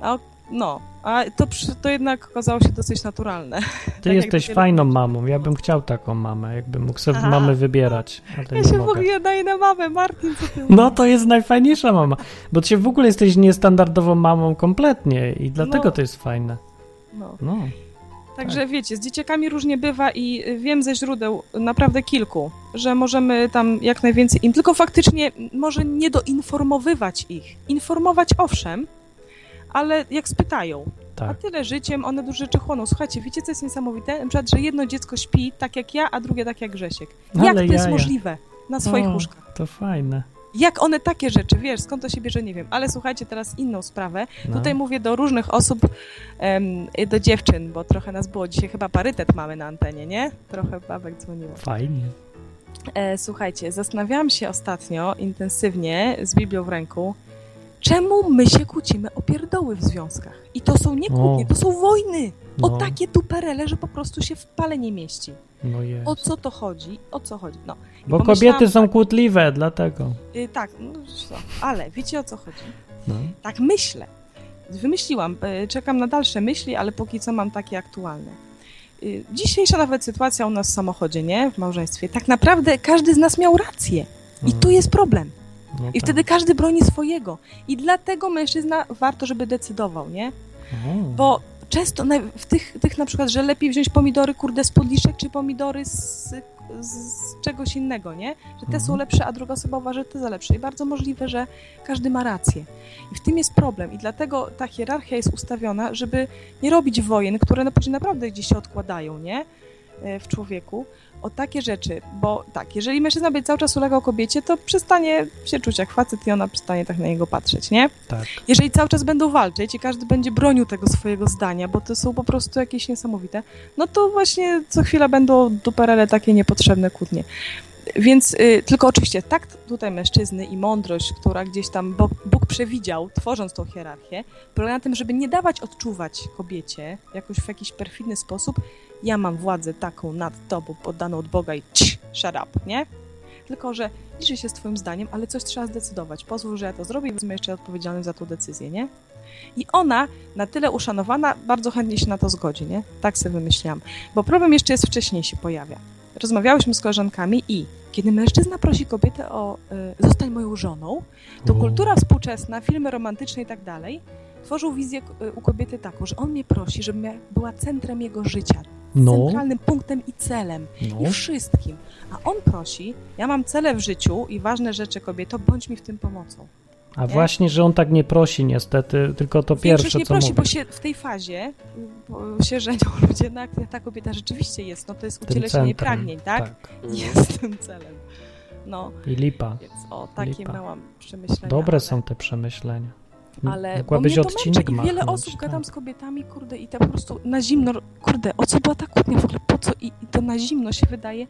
Speaker 8: A, o- no, a to, przy- to jednak okazało się dosyć naturalne.
Speaker 1: Ty
Speaker 8: tak jak
Speaker 1: jesteś
Speaker 8: dopiero-
Speaker 1: fajną mamą, ja bym chciał taką mamę, jakbym mógł sobie
Speaker 8: Aha.
Speaker 1: mamy wybierać. Ale
Speaker 8: Ja
Speaker 1: nie
Speaker 8: się w
Speaker 1: mogę.
Speaker 8: ogóle daję na mamę, Martin, co ty
Speaker 1: No to jest najfajniejsza mama, bo ty w ogóle jesteś niestandardową mamą kompletnie i dlatego
Speaker 8: No.
Speaker 1: to jest fajne.
Speaker 8: No.
Speaker 1: No.
Speaker 8: Także wiecie, z dzieciakami różnie bywa i y, wiem ze źródeł y, naprawdę kilku, że możemy tam jak najwięcej im, tylko faktycznie m, może nie doinformowywać ich. Informować owszem, ale jak spytają.
Speaker 1: Tak.
Speaker 8: A tyle życiem one dużo rzeczy chłoną. Słuchajcie, wiecie co jest niesamowite? Na przykład, że jedno dziecko śpi tak jak ja, a drugie tak jak Grzesiek. Jak
Speaker 1: Ale
Speaker 8: to jest
Speaker 1: jaja.
Speaker 8: możliwe na swoich
Speaker 1: O,
Speaker 8: łóżkach?
Speaker 1: To fajne.
Speaker 8: Jak one takie rzeczy, wiesz, skąd to się bierze, nie wiem. Ale słuchajcie, teraz inną sprawę.
Speaker 1: No.
Speaker 8: Tutaj mówię do różnych osób, em, do dziewczyn, bo trochę nas było dzisiaj, chyba parytet mamy na antenie, nie? Trochę babek dzwoniło.
Speaker 1: Fajnie.
Speaker 8: E, słuchajcie, zastanawiałam się ostatnio intensywnie z Biblią w ręku, czemu my się kłócimy o pierdoły w związkach. I to są nie kłótnie,
Speaker 1: O.
Speaker 8: to są wojny.
Speaker 1: No,
Speaker 8: O takie duperele, że po prostu się w pale nie mieści.
Speaker 1: no jest.
Speaker 8: O co to chodzi? O co chodzi? No,
Speaker 1: Bo
Speaker 8: pomyślałam
Speaker 1: kobiety są kłótliwe, dlatego.
Speaker 8: y, tak, no, co? ale wiecie o co chodzi?
Speaker 1: No.
Speaker 8: Tak myślę. Wymyśliłam, e, czekam na dalsze myśli, ale póki co mam takie aktualne. Y, Dzisiejsza nawet sytuacja u nas w samochodzie, nie? W małżeństwie. Tak naprawdę każdy z nas miał rację. I
Speaker 1: Mm,
Speaker 8: tu jest problem.
Speaker 1: no
Speaker 8: I
Speaker 1: tak.
Speaker 8: wtedy każdy broni swojego. I dlatego mężczyzna warto, żeby decydował, nie?
Speaker 1: O,
Speaker 8: Bo często na, w tych, tych na przykład, że lepiej wziąć pomidory, kurde, z podliszek, czy pomidory z, z, z czegoś innego, nie? Że te są lepsze, a druga osoba uważa, że te za lepsze. I bardzo możliwe, że każdy ma rację. I w tym jest problem. I dlatego ta hierarchia jest ustawiona, żeby nie robić wojen, które no później naprawdę gdzieś się odkładają, nie? E, W człowieku. O takie rzeczy, bo tak, jeżeli mężczyzna będzie cały czas ulegał kobiecie, to przestanie się czuć jak facet i ona przestanie tak na niego patrzeć, nie?
Speaker 1: Tak.
Speaker 8: jeżeli cały czas będą walczyć i każdy będzie bronił tego swojego zdania, bo to są po prostu jakieś niesamowite, no to właśnie co chwila będą duperele takie niepotrzebne kłótnie. Więc y, tylko oczywiście takt tutaj mężczyzny i mądrość, która gdzieś tam Bóg, Bóg przewidział, tworząc tą hierarchię, polega na tym, żeby nie dawać odczuwać kobiecie jakoś w jakiś perfidny sposób, ja mam władzę taką nad tobą, poddaną od Boga i cii, shut up, nie? Tylko, że liczy się z twoim zdaniem, ale coś trzeba zdecydować. Pozwól, że ja to zrobię i wezmę jeszcze odpowiedzialność za tą decyzję, nie? I ona, na tyle uszanowana, bardzo chętnie się na to zgodzi, nie? Tak sobie wymyśliłam. Bo problem jeszcze jest wcześniej się pojawia. Rozmawiałyśmy z koleżankami i kiedy mężczyzna prosi kobietę o y, zostań moją żoną, to
Speaker 1: O.
Speaker 8: kultura współczesna, filmy romantyczne i tak dalej, tworzył wizję y, u kobiety taką, że on mnie prosi, żebym ja była centrem jego życia,
Speaker 1: No,
Speaker 8: centralnym punktem i celem
Speaker 1: no.
Speaker 8: i wszystkim. A on prosi, ja mam cele w życiu i ważne rzeczy kobieto, bądź mi w tym pomocą.
Speaker 1: A właśnie, że on tak nie prosi niestety, tylko to
Speaker 8: Większość
Speaker 1: pierwsze,
Speaker 8: nie
Speaker 1: co
Speaker 8: prosi, bo
Speaker 1: mówi.
Speaker 8: się w tej fazie bo się żenią ludzie, na ta kobieta rzeczywiście jest, no to jest ucieleśnienie
Speaker 1: centrum,
Speaker 8: pragnień, tak?
Speaker 1: tak.
Speaker 8: Jest tym celem. No,
Speaker 1: I lipa.
Speaker 8: więc o, takie
Speaker 1: Lipa.
Speaker 8: miałam przemyślenia.
Speaker 1: Dobre
Speaker 8: ale-
Speaker 1: są te przemyślenia.
Speaker 8: ale bo
Speaker 1: Mogłabyś
Speaker 8: mnie to
Speaker 1: No, odcinek
Speaker 8: męczy i wiele
Speaker 1: machnąć,
Speaker 8: osób
Speaker 1: tak.
Speaker 8: gadam z kobietami, kurde, i to po prostu na zimno, kurde, o co była ta kłótnia w ogóle, po co i, i to na zimno się wydaje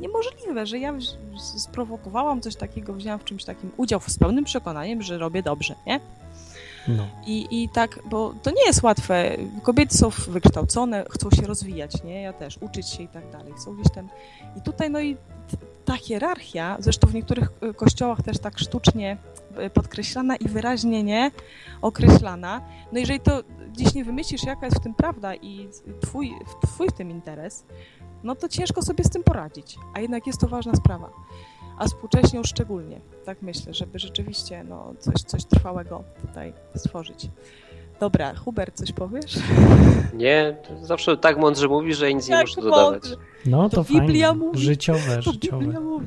Speaker 8: niemożliwe, że ja wzi- sprowokowałam coś takiego, wzięłam w czymś takim udział z pełnym przekonaniem, że robię dobrze, nie?
Speaker 1: No.
Speaker 8: I, I tak, bo to nie jest łatwe. Kobiety są wykształcone, chcą się rozwijać, nie? Ja też, uczyć się i tak dalej. Są gdzieś tam. I tutaj, no i t- ta hierarchia, zresztą w niektórych y, kościołach też tak sztucznie y, podkreślana i wyraźnie nie określana. No jeżeli to gdzieś nie wymyślisz, jaka jest w tym prawda i twój, twój w tym interes, no to ciężko sobie z tym poradzić. A jednak jest to ważna sprawa. A współcześnie już szczególnie, tak myślę, żeby rzeczywiście no, coś, coś trwałego tutaj stworzyć. Dobra, Hubert, coś powiesz?
Speaker 2: Nie, to zawsze tak mądrze mówisz, że ja nic nie
Speaker 8: Jak
Speaker 2: muszę dodawać.
Speaker 8: Tak mądrze.
Speaker 1: No to,
Speaker 8: To Biblia
Speaker 1: fajnie.
Speaker 8: mówi.
Speaker 1: Życiowe,
Speaker 8: To
Speaker 1: życiowe.
Speaker 8: Biblia mówi.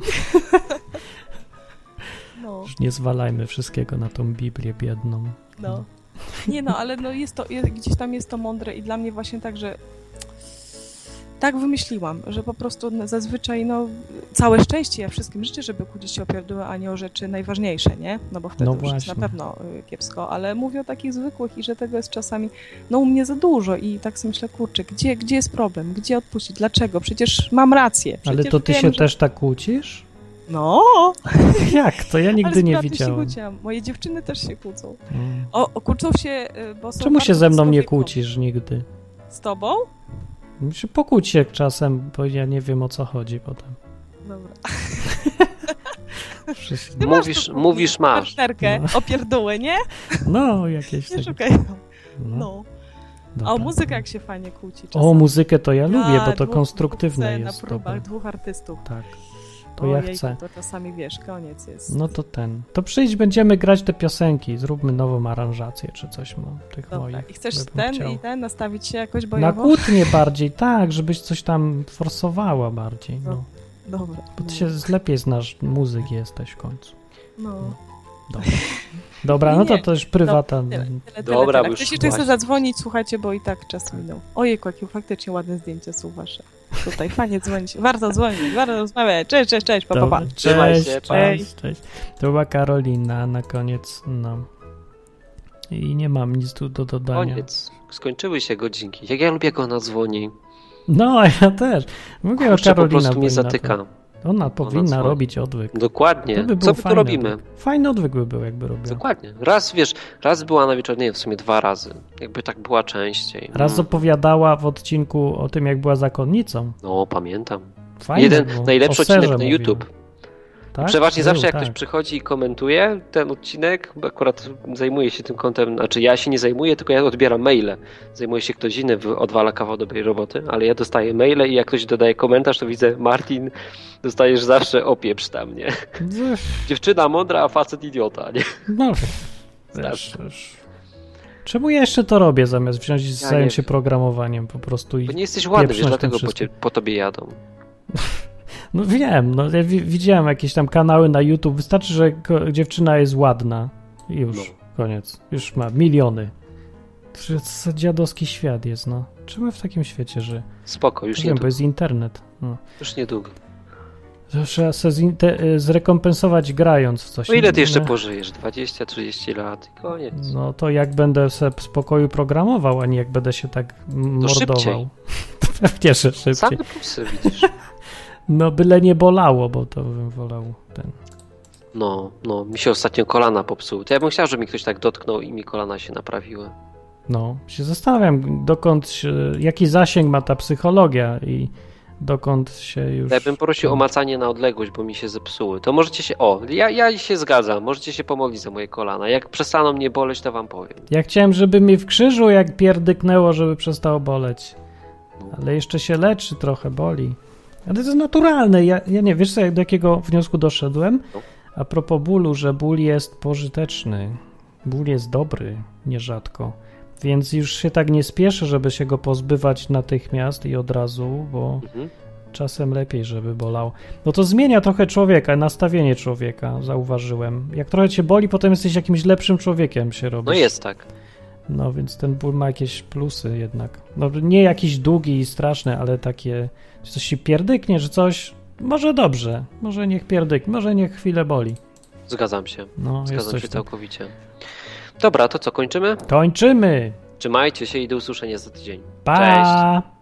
Speaker 8: No,
Speaker 1: Już nie zwalajmy wszystkiego na tą Biblię biedną.
Speaker 8: no. Nie no, ale no jest to, je- gdzieś tam jest to mądre i dla mnie właśnie tak, że tak wymyśliłam, że po prostu no, zazwyczaj, no, całe szczęście, ja wszystkim życzę, żeby kłócić się o pierdły, a nie o rzeczy najważniejsze, nie? No bo wtedy
Speaker 1: No
Speaker 8: już jest na
Speaker 1: właśnie.
Speaker 8: pewno y, kiepsko, ale mówię o takich zwykłych i że tego jest czasami, no u mnie za dużo i tak sobie myślę, kurczę, gdzie, gdzie jest problem? Gdzie odpuścić? Dlaczego? Przecież mam rację. Przecież
Speaker 1: Ale to ty
Speaker 8: wiem,
Speaker 1: się
Speaker 8: że...
Speaker 1: też tak kłócisz?
Speaker 8: No!
Speaker 1: Jak to? Ja
Speaker 8: ale
Speaker 1: nigdy
Speaker 8: z
Speaker 1: nie
Speaker 8: bratem się
Speaker 1: widziałem.
Speaker 8: kłóciłam. Moje dziewczyny też się kłócą.
Speaker 1: Mm.
Speaker 8: O, o kłócą się, y, bo są
Speaker 1: Czemu się
Speaker 8: bardzo
Speaker 1: ze mną nie
Speaker 8: wysokowiekowe.
Speaker 1: kłócisz nigdy?
Speaker 8: Z tobą?
Speaker 1: Się Pokłóć się czasem, bo ja nie wiem o co chodzi potem.
Speaker 8: Dobra.
Speaker 1: Wszyscy-
Speaker 8: Ty masz
Speaker 2: Mówisz-
Speaker 8: tą
Speaker 2: mówisz, masz.
Speaker 8: Partnerkę, o pierdoły, nie?
Speaker 1: No, jakieś
Speaker 8: Nie
Speaker 1: takie.
Speaker 8: szukaj.
Speaker 1: No,
Speaker 8: No. A
Speaker 1: dobra.
Speaker 8: o muzykę jak się fajnie kłóci czasami.
Speaker 1: O, muzykę to ja lubię, bo to
Speaker 8: dwóch
Speaker 1: konstruktywne
Speaker 8: chce
Speaker 1: jest.
Speaker 8: Na próbach
Speaker 1: dobre.
Speaker 8: dwóch artystów.
Speaker 1: Tak. To ja
Speaker 8: Ojejku,
Speaker 1: chcę.
Speaker 8: To czasami wiesz, koniec jest.
Speaker 1: No to ten. To przyjdź, będziemy grać te piosenki. Zróbmy nową aranżację czy coś no, tych
Speaker 8: Dobra.
Speaker 1: moich.
Speaker 8: I chcesz
Speaker 1: bym
Speaker 8: ten
Speaker 1: chciał.
Speaker 8: i ten nastawić się jakoś
Speaker 1: Na
Speaker 8: bojowo?
Speaker 1: kłótnie bardziej, tak, żebyś coś tam forsowała bardziej. No.
Speaker 8: Dobra.
Speaker 1: Bo ty
Speaker 8: no,
Speaker 1: się lepiej znasz, muzyk jesteś w końcu.
Speaker 8: No.
Speaker 1: Dobra. Dobra,
Speaker 8: Nie,
Speaker 1: no to
Speaker 8: nie.
Speaker 1: też prywata.
Speaker 8: Tyle,
Speaker 2: Dobra,
Speaker 8: tyle, tyle,
Speaker 2: bo
Speaker 8: tyle.
Speaker 2: już
Speaker 8: Ktoś jeszcze chce
Speaker 2: właśnie.
Speaker 8: zadzwonić, słuchajcie, bo i tak czas minął. Ojejku, jakie faktycznie ładne zdjęcia są wasze. Tutaj fajnie dzwonić. Warto dzwonić, warto rozmawiać. Cześć, cześć, cześć, pa, pa, pa.
Speaker 1: Dobra,
Speaker 2: Trzymaj
Speaker 1: Cześć,
Speaker 2: się, pa.
Speaker 1: cześć, cześć. To była Karolina na koniec. No. I nie mam nic tu do dodania.
Speaker 2: Koniec. Skończyły się godzinki. Jak ja lubię, jak ona dzwoni.
Speaker 1: No, ja też. Mówię
Speaker 2: Kurczę,
Speaker 1: o
Speaker 2: po
Speaker 1: no, Karolina.
Speaker 2: prostu mnie
Speaker 1: powinna to-
Speaker 2: zatyka.
Speaker 1: Ona powinna
Speaker 2: dzwoni.
Speaker 1: robić odwyk.
Speaker 2: Dokładnie.
Speaker 1: To by było
Speaker 2: Co my tu
Speaker 1: fajny
Speaker 2: robimy?
Speaker 1: Odwyk. Fajny odwyk by był, jakby robiła.
Speaker 2: Dokładnie. Raz, wiesz, raz była na wieczór, nie, w sumie dwa razy. Jakby tak była częściej.
Speaker 1: Raz
Speaker 2: Mm.
Speaker 1: opowiadała w odcinku o tym, jak była zakonnicą.
Speaker 2: No, pamiętam.
Speaker 1: Fajnie,
Speaker 2: Jeden
Speaker 1: bo
Speaker 2: najlepszy
Speaker 1: o serze
Speaker 2: odcinek na
Speaker 1: mówiła.
Speaker 2: YouTube.
Speaker 1: Tak?
Speaker 2: Przeważnie
Speaker 1: Był,
Speaker 2: zawsze jak
Speaker 1: tak.
Speaker 2: ktoś przychodzi i komentuje ten odcinek, bo akurat zajmuje się tym kątem, znaczy ja się nie zajmuję, tylko ja odbieram maile. Zajmuje się ktoś inny, w- odwala kawał dobrej roboty, ale ja dostaję maile i jak ktoś dodaje komentarz, to widzę Martin, dostajesz zawsze opieprz tam, nie? Dziewczyna mądra, a facet idiota, nie?
Speaker 1: tak. No,
Speaker 2: Zawsze.
Speaker 1: wiesz, już. Czemu ja jeszcze to robię zamiast wziąć i
Speaker 2: Ja nie
Speaker 1: zająć się
Speaker 2: wiem.
Speaker 1: programowaniem po prostu i
Speaker 2: Bo nie jesteś ładny, wiesz,
Speaker 1: Pieprząc
Speaker 2: dlatego
Speaker 1: tym
Speaker 2: po, cię, po tobie jadą.
Speaker 1: No wiem, no ja wi- widziałem jakieś tam kanały na YouTube. Wystarczy, że ko- dziewczyna jest ładna. I Już,
Speaker 2: No.
Speaker 1: koniec. Już ma miliony. To jest dziadowski świat jest, no. Czy my w takim świecie żyjemy?
Speaker 2: Spoko, już
Speaker 1: Nie wiem,
Speaker 2: niedługo.
Speaker 1: bo jest internet. No.
Speaker 2: Już niedługo.
Speaker 1: To Trzeba se zinte- y, zrekompensować grając w coś.
Speaker 2: No ile ty jeszcze
Speaker 1: Nie?
Speaker 2: pożyjesz? 20-30 lat i koniec.
Speaker 1: No to jak będę se w spokoju programował, a nie jak będę się tak mordował.
Speaker 2: szybciej.
Speaker 1: To pewnie, że szybciej.
Speaker 2: Same plusy widzisz.
Speaker 1: No byle nie bolało, bo to bym wolał ten.
Speaker 2: No, no, mi się ostatnio kolana popsuły. To ja bym chciał, żeby mi ktoś tak dotknął i mi kolana się naprawiły.
Speaker 1: No, się zastanawiam, dokąd się, jaki zasięg ma ta psychologia i dokąd się już.
Speaker 2: Ja bym prosił o macanie na odległość, bo mi się zepsuły. To możecie się. O, ja, ja się zgadzam, możecie się pomodlić za moje kolana. Jak przestaną mnie boleć, to wam powiem.
Speaker 1: Ja chciałem, żeby mi w krzyżu jak pierdyknęło, żeby przestało boleć. Ale jeszcze się leczy, trochę boli. Ale to jest naturalne. Ja, ja nie wiesz, co, jak- do jakiego wniosku doszedłem?
Speaker 2: No.
Speaker 1: A propos bólu, że ból jest pożyteczny. Ból jest dobry, nierzadko. Więc już się tak nie spieszę, żeby się go pozbywać natychmiast i od razu, bo
Speaker 2: Mhm.
Speaker 1: czasem lepiej, żeby bolał. No to zmienia trochę człowieka, nastawienie człowieka, zauważyłem. Jak trochę cię boli, potem jesteś jakimś lepszym człowiekiem się robisz.
Speaker 2: No jest tak.
Speaker 1: No więc ten ból ma jakieś plusy jednak. No nie jakiś długi i straszny, ale takie, że coś się pierdyknie, że coś, może dobrze, może niech pierdyk, może niech chwilę boli.
Speaker 2: Zgadzam się.
Speaker 1: No, jest
Speaker 2: Zgadzam
Speaker 1: coś
Speaker 2: się
Speaker 1: w tym.
Speaker 2: całkowicie. Dobra, to co, kończymy?
Speaker 1: Kończymy!
Speaker 2: Trzymajcie się i do usłyszenia za tydzień.
Speaker 1: Pa! Cześć!